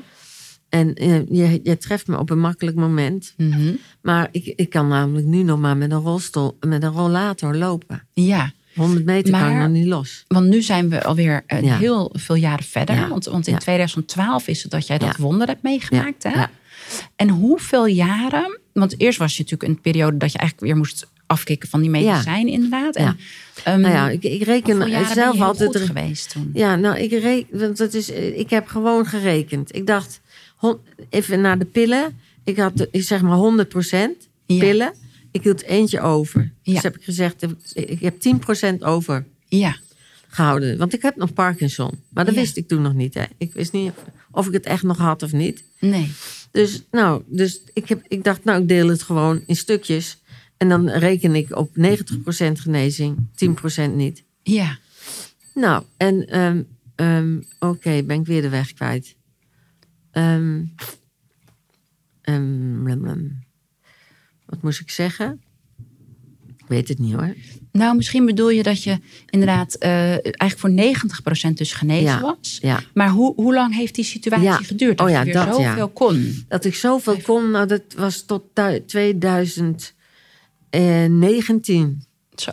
En eh, je, je treft me op een makkelijk moment. Mhm. Maar ik, ik kan namelijk nu nog maar met een rolstoel, met een rollator lopen. Ja, 100 meter kan ik Maar- nog niet los. want nu zijn we alweer eh, Ja. heel veel jaren verder. Ja. Want, want in Ja. 2012 is het dat jij dat Ja. wonder hebt meegemaakt. Hè? Ja. En hoeveel jaren? Want eerst was je natuurlijk een periode dat je eigenlijk weer moest afkicken van die medicijnen, inderdaad. En, Ja. ehm, Nou ja, ik, ik hoeveel reken jaren ben je zelf heel altijd... goed er- geweest toen. Ja, nou, ik, re- want dat is, eh, ik heb gewoon gerekend. Ik dacht, hon- even naar de pillen. Ik had de- ik zeg maar 100% Ja. pillen. Ik hield eentje over. Ja. Dus heb ik gezegd, heb ik ik heb 10% over Ja, gehouden. Want ik heb nog Parkinson. Maar dat Ja. wist ik toen nog niet. Hè. Ik wist niet of, of ik het echt nog had of niet. nee. Dus, nou, dus ik, heb, ik dacht, nou, ik deel het gewoon in stukjes. En dan reken ik op 90% genezing, 10% niet. Ja. Nou, en ehm, ehm, oké, ben ik weer de weg kwijt. Ehm, ehm, blum, blum. Wat moest ik zeggen? Ik weet het niet hoor. Nou, misschien bedoel je dat je inderdaad eh, eigenlijk voor 90% dus genezen Ja, was. ja. Maar hoe, hoe lang heeft die situatie Ja. geduurd? Dat Oh ja, je weer dat, ja. zoveel kon. Dat ik zoveel kon, nou, dat was tot tu- 2019. Zo.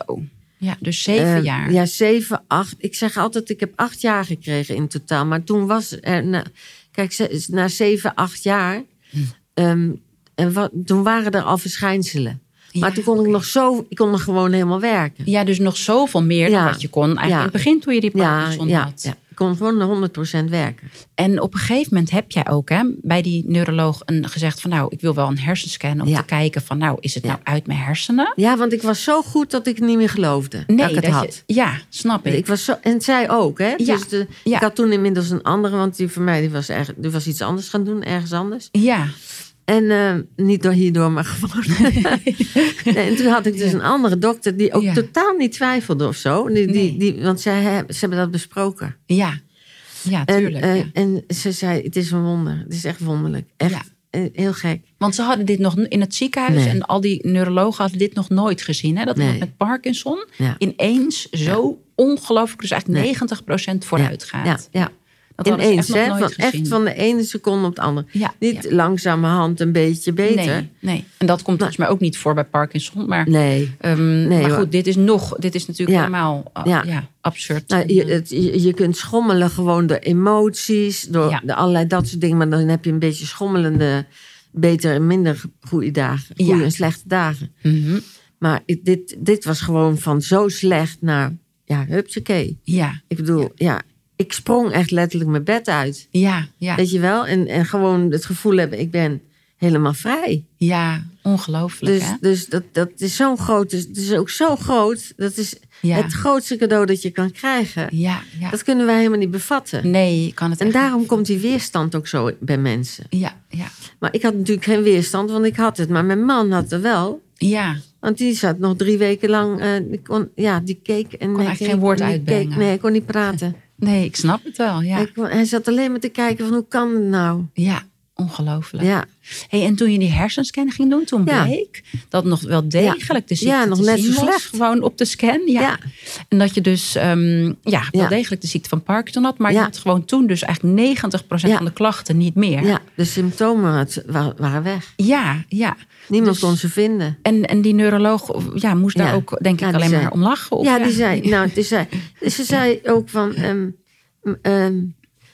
Ja, dus zeven Eh, jaar. Ja, zeven, acht. Ik zeg altijd, ik heb acht jaar gekregen in totaal. Maar toen was er... na- kijk, ze- na zeven, acht jaar... Hm. ehm, en wat, toen waren er al verschijnselen. Maar Ja, toen kon ik nog zo... Ik kon nog gewoon helemaal werken. Ja, dus nog zoveel meer dan Ja. wat je kon eigenlijk Ja. in het begin toen je die Parkinson ja, had. ja. Ik kon gewoon 100% werken. En op een gegeven moment heb jij ook hè, bij die neuroloog een, gezegd van nou, ik wil wel een hersenscan om Ja. te kijken van nou, is het nou uit mijn hersenen? Ja, want ik was zo goed dat ik het niet meer geloofde dat ik het had. Je, ja, snap ik. Ik was zo, en zij ook, hè? Ja, Dus de, ja. Ik had toen inmiddels een andere, want die van mij die was, erg, die was iets anders gaan doen, ergens anders. Ja, En eh, niet door hierdoor, maar gewoon. Nee, en toen had ik dus een andere dokter die ook Ja. totaal niet twijfelde of zo. Die, Nee. die, die, want zij, hebben- ze hebben dat besproken. ja, ja, En, tuurlijk. eh, ja. en ze zei: Het is een wonder. Het is echt wonderlijk. Echt Ja. eh, heel gek. Want ze hadden dit nog in het ziekenhuis Nee. en al die neurologen hadden dit nog nooit gezien. Hè? Dat Nee. iemand met Parkinson Ja. ineens zo ongelooflijk, dus eigenlijk 90% vooruit gaat. Ja, ja. Dat hadden ze Ineens, echt nog hè? nooit Van, gezien. echt van de ene seconde op de andere. Ja, Niet langzamerhand een beetje beter. Nee, nee, en dat komt volgens mij ook niet voor bij Parkinson. Maar, nee. ehm, Nee, maar hoor. goed, dit is nog, dit is natuurlijk Ja. helemaal ah, ja. Ja. absurd. Nou, je, het- je, je kunt schommelen gewoon door emoties, door Ja. de allerlei dat soort dingen. Maar dan heb je een beetje schommelende, beter en minder goede dagen. Goede Ja. en slechte dagen. Mhm. Maar ik- dit, dit was gewoon van zo slecht naar, ja, hupsakee. Ja, Ik bedoel, ja. ik sprong echt letterlijk mijn bed uit. ja, ja, Weet je wel? En, en gewoon het gevoel hebben, ik ben helemaal vrij. ja, ongelooflijk Dus, hè? dus dat, dat is zo'n groot, dus het is ook zo groot. Dat is Ja. het grootste cadeau dat je kan krijgen. Ja, ja. Dat kunnen wij helemaal niet bevatten. Nee, je kan het En echt daarom komt die weerstand ook zo bij mensen. niet. Ja, ja, Maar ik had natuurlijk geen weerstand, want ik had het. Maar mijn man had er wel. ja, Want die zat nog drie weken lang. eh, die kon, ja, die keek. En eigenlijk geen woord uitbrengen. Nee, ik kon niet praten. nee, ik snap het wel, ja, Hij, kon- hij zat alleen maar te kijken van hoe kan het nou? ja, ongelooflijk. Ja, Hey, en toen je die hersenscan ging doen, toen Ja. bleek dat nog wel degelijk de Ja, ziekte nog te net zien was, zo slecht. Gewoon op de scan, ja. Ja. En dat je dus ehm, ja, wel Ja. degelijk de ziekte van Parkinson had. Maar je Ja. had gewoon toen dus eigenlijk 90% Ja. van de klachten niet meer. ja de symptomen had- wa- waren weg. ja. ja. Niemand Dus- kon ze vinden. En, en die neuroloog ja, moest daar Ja. ook denk ik Ja, die alleen zei- maar om lachen. Of, ja, die zei. Nou, die zei ze zei ook van. ehm, m, ehm,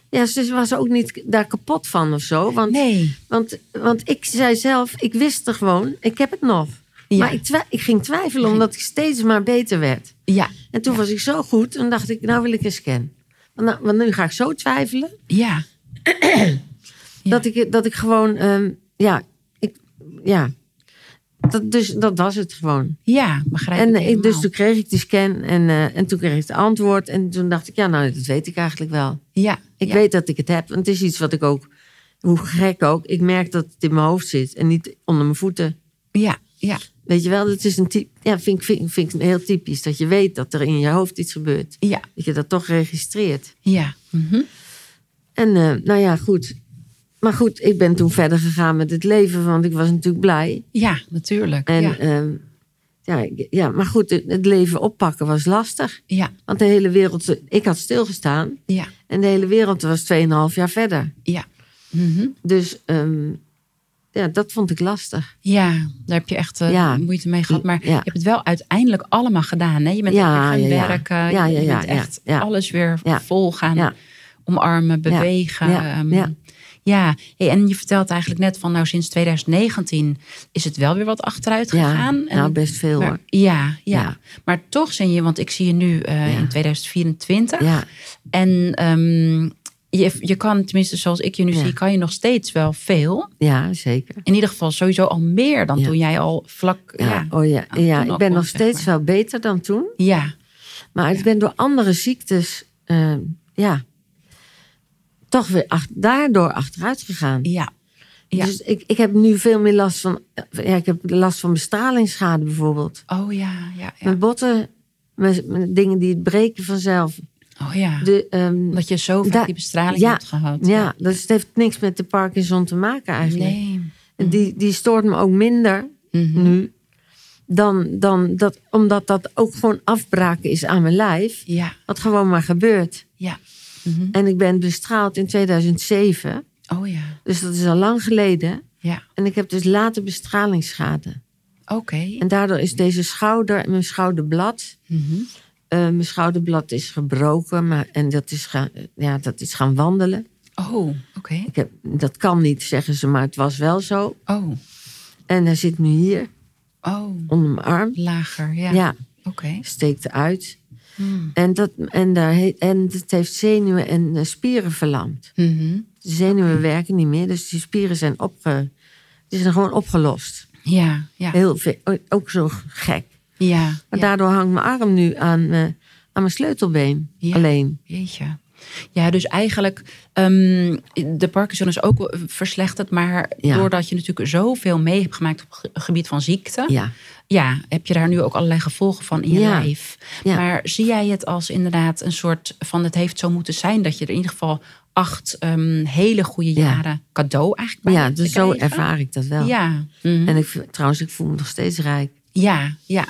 ja, ze was ook niet daar kapot van of zo. Want Nee, Want, want ik zei zelf, ik wist er gewoon, ik heb het nog. Ja. Maar ik, twi- ik ging twijfelen omdat ik steeds maar beter werd. ja, En toen was ik zo goed, toen dacht ik, nou wil ik een scan. Want, nou- want nu ga ik zo twijfelen ja, Ja. dat, ik, dat ik gewoon, ehm, ja, ik, ja. Dat, dus dat was het gewoon. ja, begrijp En ik eh, ik, dus helemaal. toen kreeg ik die scan en, eh, en toen kreeg ik het antwoord. En toen dacht ik, ja, nou, dat weet ik eigenlijk wel. Ja, Ik ja. weet dat ik het heb. Want het is iets wat ik ook, hoe gek ook, ik merk dat het in mijn hoofd zit en niet onder mijn voeten. Ja, ja, Weet je wel, dat is een typ, ja, vind, ik- vind, vind ik heel typisch. Dat je weet dat er in je hoofd iets gebeurt. ja, Dat je dat toch registreert. ja. Mhm. En eh, nou ja, goed. Maar goed, ik ben toen verder gegaan met het leven. Want ik was natuurlijk blij. Ja, natuurlijk. En ja. ehm, ja. ik- ja, maar goed, het, het leven oppakken was lastig. ja, Want de hele wereld, ik had stilgestaan. ja, En de hele wereld was 2,5 jaar verder. ja. Mhm. Dus ehm, ja, dat vond ik lastig. Ja, daar heb je echt eh, Ja. moeite mee gehad. Maar Ja. je hebt het wel uiteindelijk allemaal gedaan. Hè? Je bent Ja, echt weer gaan ja, ja. werken. Ja, ja, je ja, bent ja, echt ja. alles weer Ja. vol gaan Ja. omarmen, bewegen. ja, ehm, ja. ja. Hey, en je vertelt eigenlijk net van nou sinds 2019 is het wel weer wat achteruit Ja, gegaan. En- nou, best veel, maar- hoor. Ja, ja, Ja. Maar toch zijn je, want ik zie je nu eh, Ja. in 2024. Ja. En ehm, je, je kan, tenminste zoals ik je nu Ja. zie, kan je nog steeds wel veel Ja, zeker. in ieder geval sowieso al meer dan Ja. toen jij al vlak. Ja, Ja, ja, Nou, Oh ja, toen ja al ik ben kon, nog zeg steeds maar. wel beter dan toen. ja, Maar ik ben door andere ziektes, eh, ja, toch weer ach- daardoor achteruit gegaan. ja, ja. Dus ik, ik heb nu veel meer last van, ja, ik heb last van bestralingsschade bijvoorbeeld. Oh ja, ja, ja. Mijn botten, mijn, mijn dingen die het breken vanzelf. Oh ja. De, ehm, Omdat je zo vaak da- die bestraling ja, hebt gehad. Ja, dus het heeft niks met de Parkinson te maken eigenlijk. Nee. Die, die stoort me ook minder Mhm. nu. Dan, dan dat, omdat dat ook gewoon afbraken is aan mijn lijf. Ja, Wat gewoon maar gebeurt. ja. Mhm. En ik ben bestraald in 2007. Oh ja, Dus dat is al lang geleden. ja. En ik heb dus late bestralingsschade. Oké. En daardoor is deze schouder en mijn schouderblad. Mhm. eh, mijn schouderblad is gebroken maar, en dat is, gaan, ja, dat is gaan wandelen. Oh, oké. Ik heb, dat kan niet, zeggen ze, maar het was wel zo. Oh, En hij zit nu hier, oh. onder mijn arm. Lager, ja. Ja, Oké. steekt eruit. Hmm. En, dat, en, daar, he- en het heeft zenuwen en eh, spieren verlamd. Mhm. De zenuwen werken niet meer, dus die spieren zijn opge, die zijn gewoon opgelost. Ja, ja. Heel ve- ook zo gek. ja, Maar ja. daardoor hangt mijn arm nu aan, eh, aan mijn sleutelbeen Ja. alleen. Jeetje. Ja, dus eigenlijk, ehm, de Parkinson is ook wel eh, verslechterd, maar Ja. doordat je natuurlijk zoveel mee hebt gemaakt op het gebied van ziekte, ja. Ja. heb je daar nu ook allerlei gevolgen van in je Ja. lijf. Ja. Maar zie jij het als inderdaad een soort van het heeft zo moeten zijn dat je er in ieder geval acht ehm, hele goede Ja. jaren cadeau eigenlijk bij ja, hebt dus zo gekregen? ervaar ik dat wel. Ja. Mhm. En ik, vind- trouwens, ik voel me nog steeds rijk. ja, ja,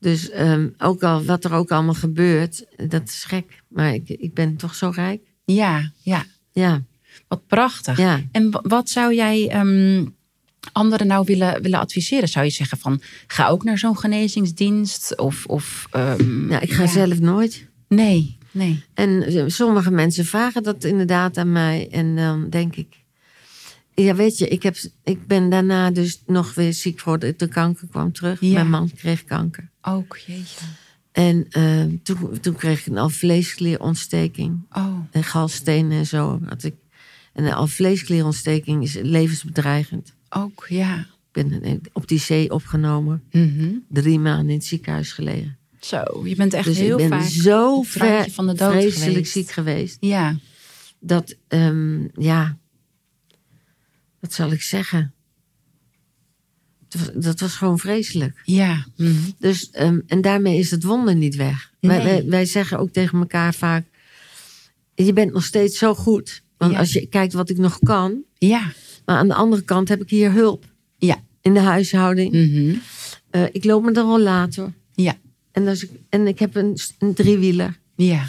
Dus ehm, ook al, wat er ook allemaal gebeurt, dat is gek. Maar ik, ik ben toch zo rijk. ja, ja. Ja, Wat prachtig. ja. En wa- wat zou jij ehm, anderen nou willen, willen adviseren? Zou je zeggen van ga ook naar zo'n genezingsdienst? Of, of ehm, Nou, ik ga ja. zelf nooit. Nee, nee. En eh, sommige mensen vragen dat inderdaad aan mij. En dan denk ik... Ja, weet je, ik, heb, ik ben daarna dus nog weer ziek geworden. De kanker kwam terug. Ja. Mijn man kreeg kanker. Ook, jeetje. En eh, toen, toen kreeg ik een alvleesklierontsteking. Oh, En galstenen en zo had ik. En een alvleesklierontsteking is levensbedreigend. ook, ja. Ik ben op die zee opgenomen. Mhm. Drie maanden in het ziekenhuis gelegen. Zo, je bent echt dus heel ik ben vaak zo op het randje ver van de dood vreselijk geweest. ziek geweest. Ja, Dat, ehm, ja... Wat zal ik zeggen? Dat was, dat was gewoon vreselijk. ja. Mhm. Dus, ehm, en daarmee is het wonder niet weg. Wij, Nee. wij, wij zeggen ook tegen elkaar vaak... Je bent nog steeds zo goed. Want Ja. als je kijkt wat ik nog kan... Ja, Maar aan de andere kant heb ik hier hulp ja. in de huishouding. Mhm. Eh, ik loop met een rollator. Ja, En, als ik, en ik heb een, s- een driewieler. ja.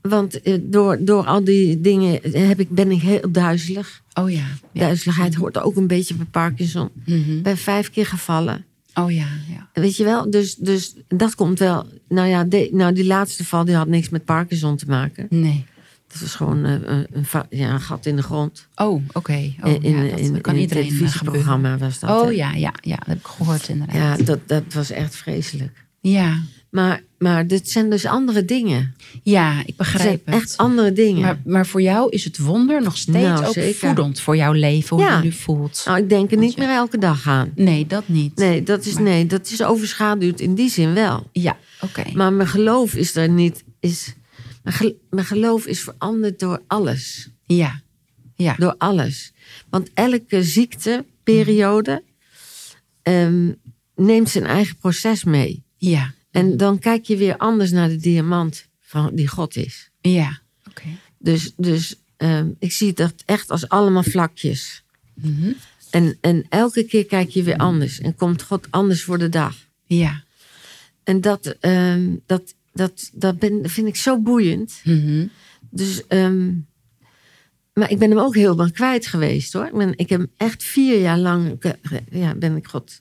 Want eh, door, door al die dingen heb ik, ben ik heel duizelig. Oh ja. ja. Duizeligheid hoort ook een beetje bij Parkinson. Mhm. Ik ben vijf keer gevallen. Oh ja, ja. Weet je wel? Dus, dus dat komt wel. Nou ja, de- nou, die laatste val die had niks met Parkinson te maken. Nee. Dat was gewoon eh, een, een, va- ja, een gat in de grond. Oh, oké. Oh, in, ja, in- dat in- kan iedereen in een eh, gebeuren. televisieprogramma was dat. Oh hè? ja, ja, ja. Dat heb ik gehoord inderdaad. Ja, dat, dat was echt vreselijk. ja. Maar, maar dit zijn dus andere dingen. Ja, ik Het zijn begrijp het. echt andere dingen. maar, maar voor jou is het wonder nog steeds Nou, ook zeker. voedend voor jouw leven, hoe Ja. je nu voelt. nou, ik denk er niet meer elke dag aan. Nee, dat niet. Nee dat, is, nee, dat is overschaduwd in die zin wel. Ja, oké. Maar mijn geloof is er niet. Is, mijn, gel- mijn geloof is veranderd door alles. Ja, ja. Door alles. Want elke ziekteperiode ehm, neemt zijn eigen proces mee. Ja, En dan kijk je weer anders naar de diamant van, die God is. ja. Oké. Dus, dus ehm, ik zie dat echt als allemaal vlakjes. Mhm. en, en elke keer kijk je weer anders. En komt God anders voor de dag. Ja. En dat, ehm, dat, dat, dat ben, vind ik zo boeiend. Mhm. Dus, ehm, maar ik ben hem ook heel lang kwijt geweest hoor. Ik, ben, ik heb echt vier jaar lang. ke- Ja, ben ik God.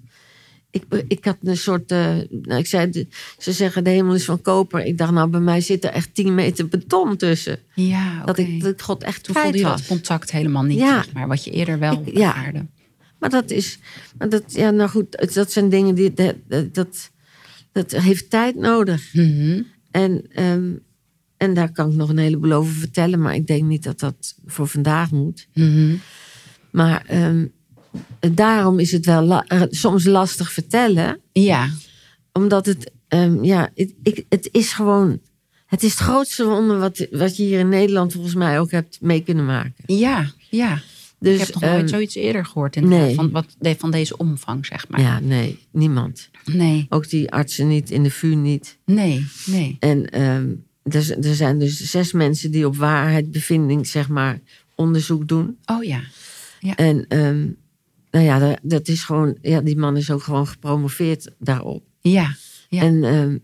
Ik, ik had een soort. eh, nou, ik zei, de- ze zeggen de hemel is van koper. Ik dacht, nou, bij mij zit er echt 10 meter beton tussen. Ja, oké. Dat, ik, dat ik God echt Toen voelde je kwijt dat contact helemaal niet, Ja. zeg maar wat je eerder wel Ik- ja. ervaarde. Maar dat is, maar dat, ja, nou goed, het- dat zijn dingen die, dat, dat- dat, dat heeft tijd nodig. Mhm. En, ehm, en daar kan ik nog een heleboel over vertellen, maar ik denk niet dat dat voor vandaag moet. Mhm. Maar ehm, daarom is het wel la- eh, soms lastig vertellen, Ja, omdat het, ehm, ja, het, ik, het is gewoon, het is het grootste wonder wat, wat je hier in Nederland volgens mij ook hebt mee kunnen maken. ja, ja. Dus, ik heb nog nooit ehm, zoiets eerder gehoord inderdaad, nee. van, wat, de- van deze omvang, zeg maar. Ja, nee, niemand. Nee, Ook die artsen niet, in de VU niet. nee, nee. En ehm, er, z- er zijn dus zes mensen die op waarheid bevinding, zeg maar, onderzoek doen. Oh ja, En ehm, nou ja, da- dat is gewoon, ja, die man is ook gewoon gepromoveerd daarop. Ja, ja. En ehm,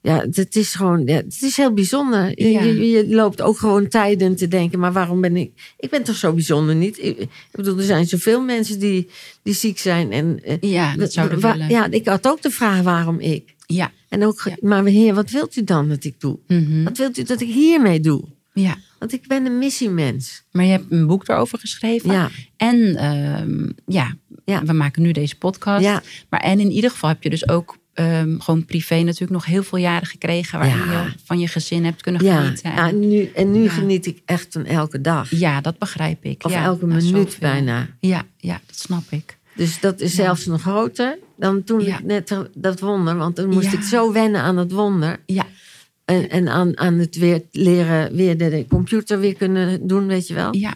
ja, het is gewoon, ja, het is heel bijzonder. Je- Ja. Je, je loopt ook gewoon tijden te denken, maar waarom ben ik, ik ben toch zo bijzonder niet? Ik, ik bedoel, er zijn zoveel mensen die, die ziek zijn. En, eh, ja dat zouden we wa- willen. Ja, ik had ook de vraag waarom ik. Ja. En ook, ge- Ja. maar heer, wat wilt u dan dat ik doe? Mhm. Wat wilt u dat ik hiermee doe? ja, Want ik ben een missiemens. maar je hebt een boek erover geschreven. Ja, En ehm, ja, Ja. we maken nu deze podcast. Ja. Maar en in ieder geval heb je dus ook ehm, gewoon privé natuurlijk nog heel veel jaren gekregen... waarin Ja. je van je gezin hebt kunnen ja. genieten. Ja, en nu, en nu Ja. geniet ik echt van elke dag. Ja, dat begrijp ik. Of ja, elke nou, minuut zoveel. bijna. Ja, ja, dat snap ik. Dus dat is zelfs nog groter dan toen Ja. ik net dat wonder. Want dan moest Ja. ik zo wennen aan dat wonder. Ja, En, en aan, aan het weer leren, weer de, de computer weer kunnen doen, weet je wel. ja,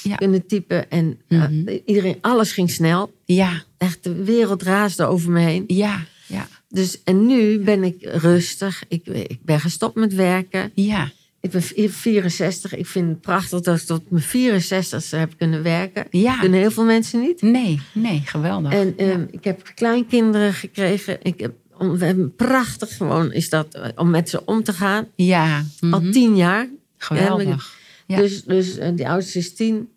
Mhm. ja. Kunnen typen. En eh, iedereen, alles ging snel. Ja, Echt, de wereld raasde over me heen. ja, ja, Dus, en nu ben ik rustig. Ik, ik ben gestopt met werken. ja. Ik ben vi- 64. Ik vind het prachtig dat ik tot mijn 64ste heb kunnen werken. Ja. Kunnen heel veel mensen niet. Nee, nee, geweldig. En ehm, ik heb kleinkinderen gekregen. Ik heb, om- we hebben- prachtig gewoon is dat eh, om met ze om te gaan. ja, mhm. Al tien jaar. geweldig. Ja. Dus, dus eh, die oudste is tien.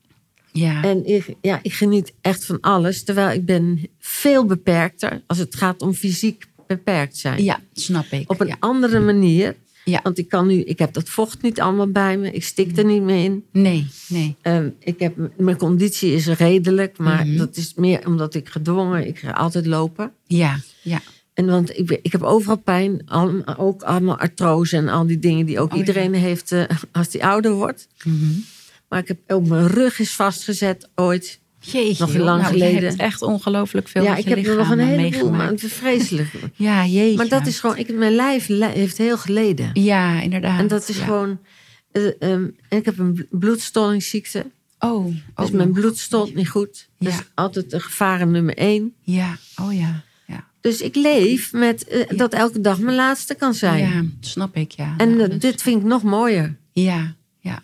Ja, En ik, ja, ik geniet echt van alles. Terwijl ik ben veel beperkter als het gaat om fysiek beperkt zijn. ja, snap ik. Op een ja. andere manier. Ja. Want ik kan nu, ik heb dat vocht niet allemaal bij me. Ik stik er niet meer in. Nee, nee. Ehm, ik heb, mijn conditie is redelijk, maar Mhm. dat is meer omdat ik gedwongen, ik ga altijd lopen. Ja, ja. En want ik, ik heb overal pijn, al- ook allemaal artrose en al die dingen die ook Oh, ja. iedereen heeft eh, als die ouder wordt. Mhm. Maar ik heb ook mijn rug is vastgezet ooit. Jeetje, Nog joh. lang nou, Je geleden. hebt echt ongelooflijk veel ja, met ik je heb er nog lichaam, een eh, heleboel, maar meegemaakt. het is vreselijk. Ja, jeetje. maar dat is gewoon, ik, mijn lijf li- heeft heel geleden. Ja, inderdaad. En dat is Ja. gewoon, eh, ehm, en ik heb een bl- bloedstollingsziekte. Oh, Dus ook mijn nog. bloed stolt niet goed. Dat Ja. is altijd de gevaren nummer één. Ja, oh ja. Ja, Dus ik leef met eh, dat elke dag mijn laatste kan zijn. ja snap ik, ja. En Ja, eh, dat- dit vind ik nog mooier. Ja, ja.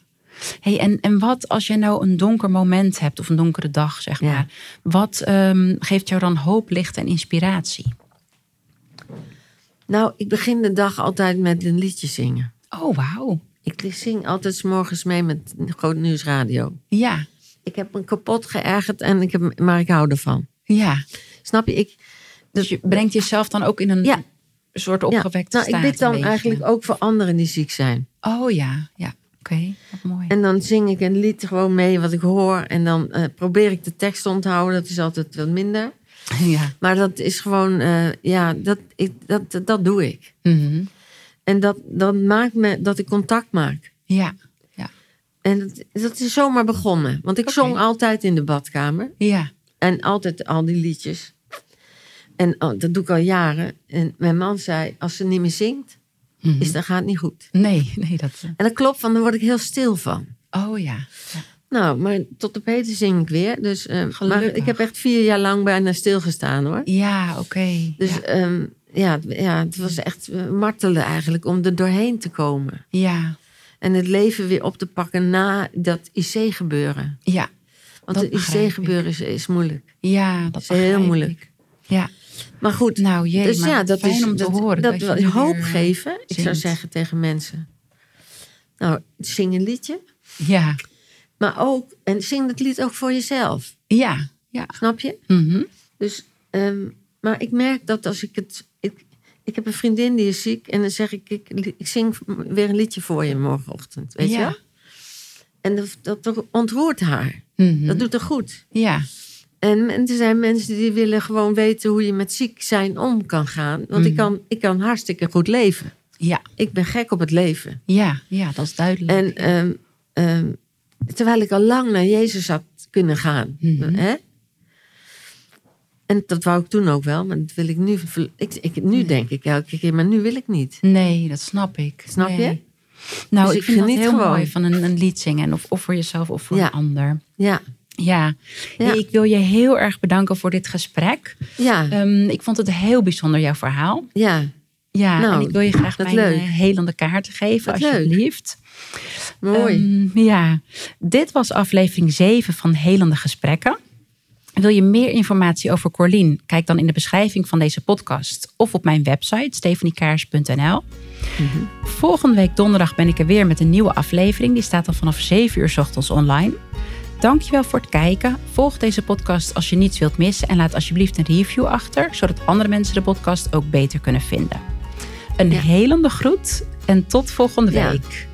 Hey, en, en wat als je nou een donker moment hebt of een donkere dag, zeg Ja. maar. Wat ehm, geeft jou dan hoop, licht en inspiratie? Nou, ik begin de dag altijd met een liedje zingen. Oh, wauw. Ik zing altijd 's morgens mee met Groot Nieuws Radio. Ja, Ik heb me kapot geërgerd, en ik heb, maar ik hou ervan. ja. Snap je? Ik, Dus je brengt jezelf dan ook in een Ja. soort ja. opgewekte nou, ik staat. bid een dan beetje. eigenlijk ook voor anderen die ziek zijn. Oh ja, ja. Oké, wat mooi. En dan zing ik een lied gewoon mee wat ik hoor. En dan eh, probeer ik de tekst te onthouden. Dat is altijd wat minder. ja. Maar dat is gewoon, eh, ja, dat, ik, dat, dat, dat doe ik. Mhm. En dat, dat maakt me dat ik contact maak. ja, ja, En dat, dat is zomaar begonnen. Want ik Oké. zong altijd in de badkamer. ja. En altijd al die liedjes. En al- dat doe ik al jaren. En mijn man zei, als ze niet meer zingt, Mhm. is, dan gaat het niet goed. Nee, nee, dat... eh, En dat klopt, want dan word ik heel stil van. Oh ja. ja. Nou, maar tot op heden zing ik weer. Dus, eh, maar Gelukkig. ik heb echt vier jaar lang bijna stilgestaan hoor. Ja, oké. Dus ja. ehm, ja, het- ja, het was echt eh, martelen eigenlijk om er doorheen te komen. ja, En het leven weer op te pakken na dat IC-gebeuren. ja, Want Dat het begrijp IC-gebeuren is, is moeilijk. ja, dat is heel begrijp ik. moeilijk. Ja. Maar goed, Nou jee, dus maar ja, dat fijn is om te dat, horen. Dat, je wat nu eh, hoop weer- geven, ik zou zingt. zeggen tegen mensen. Nou, zing een liedje. Ja, Maar ook, en zing dat lied ook voor jezelf. ja, ja. Snap je? Mhm. Dus, ehm, maar ik merk dat als ik het. Ik, ik heb een vriendin die is ziek en dan zeg ik, ik, ik zing weer een liedje voor je morgenochtend. Weet Ja. je wel? En dat, dat ontroert haar. Mhm. Dat doet er goed. Ja, En, en er zijn mensen die willen gewoon weten hoe je met ziek zijn om kan gaan. Want Mhm. ik, kan, ik kan hartstikke goed leven. ja, Ik ben gek op het leven. ja, ja, dat is duidelijk. En ehm, ehm, terwijl ik al lang naar Jezus had kunnen gaan. Mhm. Hè? En dat wou ik toen ook wel, maar dat wil ik nu. ver- Ik, ik, nu denk ik elke keer, maar nu wil ik niet. Nee, dat snap ik. Snap je? Nee. Nou, Dus ik ik vind het geniet heel gewoon. mooi van een, een lied zingen. En Of, of voor jezelf of voor Ja. een ander. Ja, Ja. Ja. Hey, ik wil je heel erg bedanken voor dit gesprek. ja, Ehm, ik vond het heel bijzonder, jouw verhaal. ja. Ja, Nou, en ik wil je graag wat mijn leuk. eh, helende kaarten geven, Wat leuk. alsjeblieft. Mooi. Ehm, ja, dit was aflevering 7 van Helende Gesprekken. Wil je meer informatie over Corlien? Kijk dan in de beschrijving van deze podcast of op mijn website stefaniekaars.nl. Mhm. Volgende week donderdag ben ik er weer met een nieuwe aflevering. Die staat al vanaf 7 uur 's ochtends online. Dankjewel voor het kijken. Volg deze podcast als je niets wilt missen en laat alsjeblieft een review achter, zodat andere mensen de podcast ook beter kunnen vinden. Een Ja. helende groet en tot volgende Ja. week.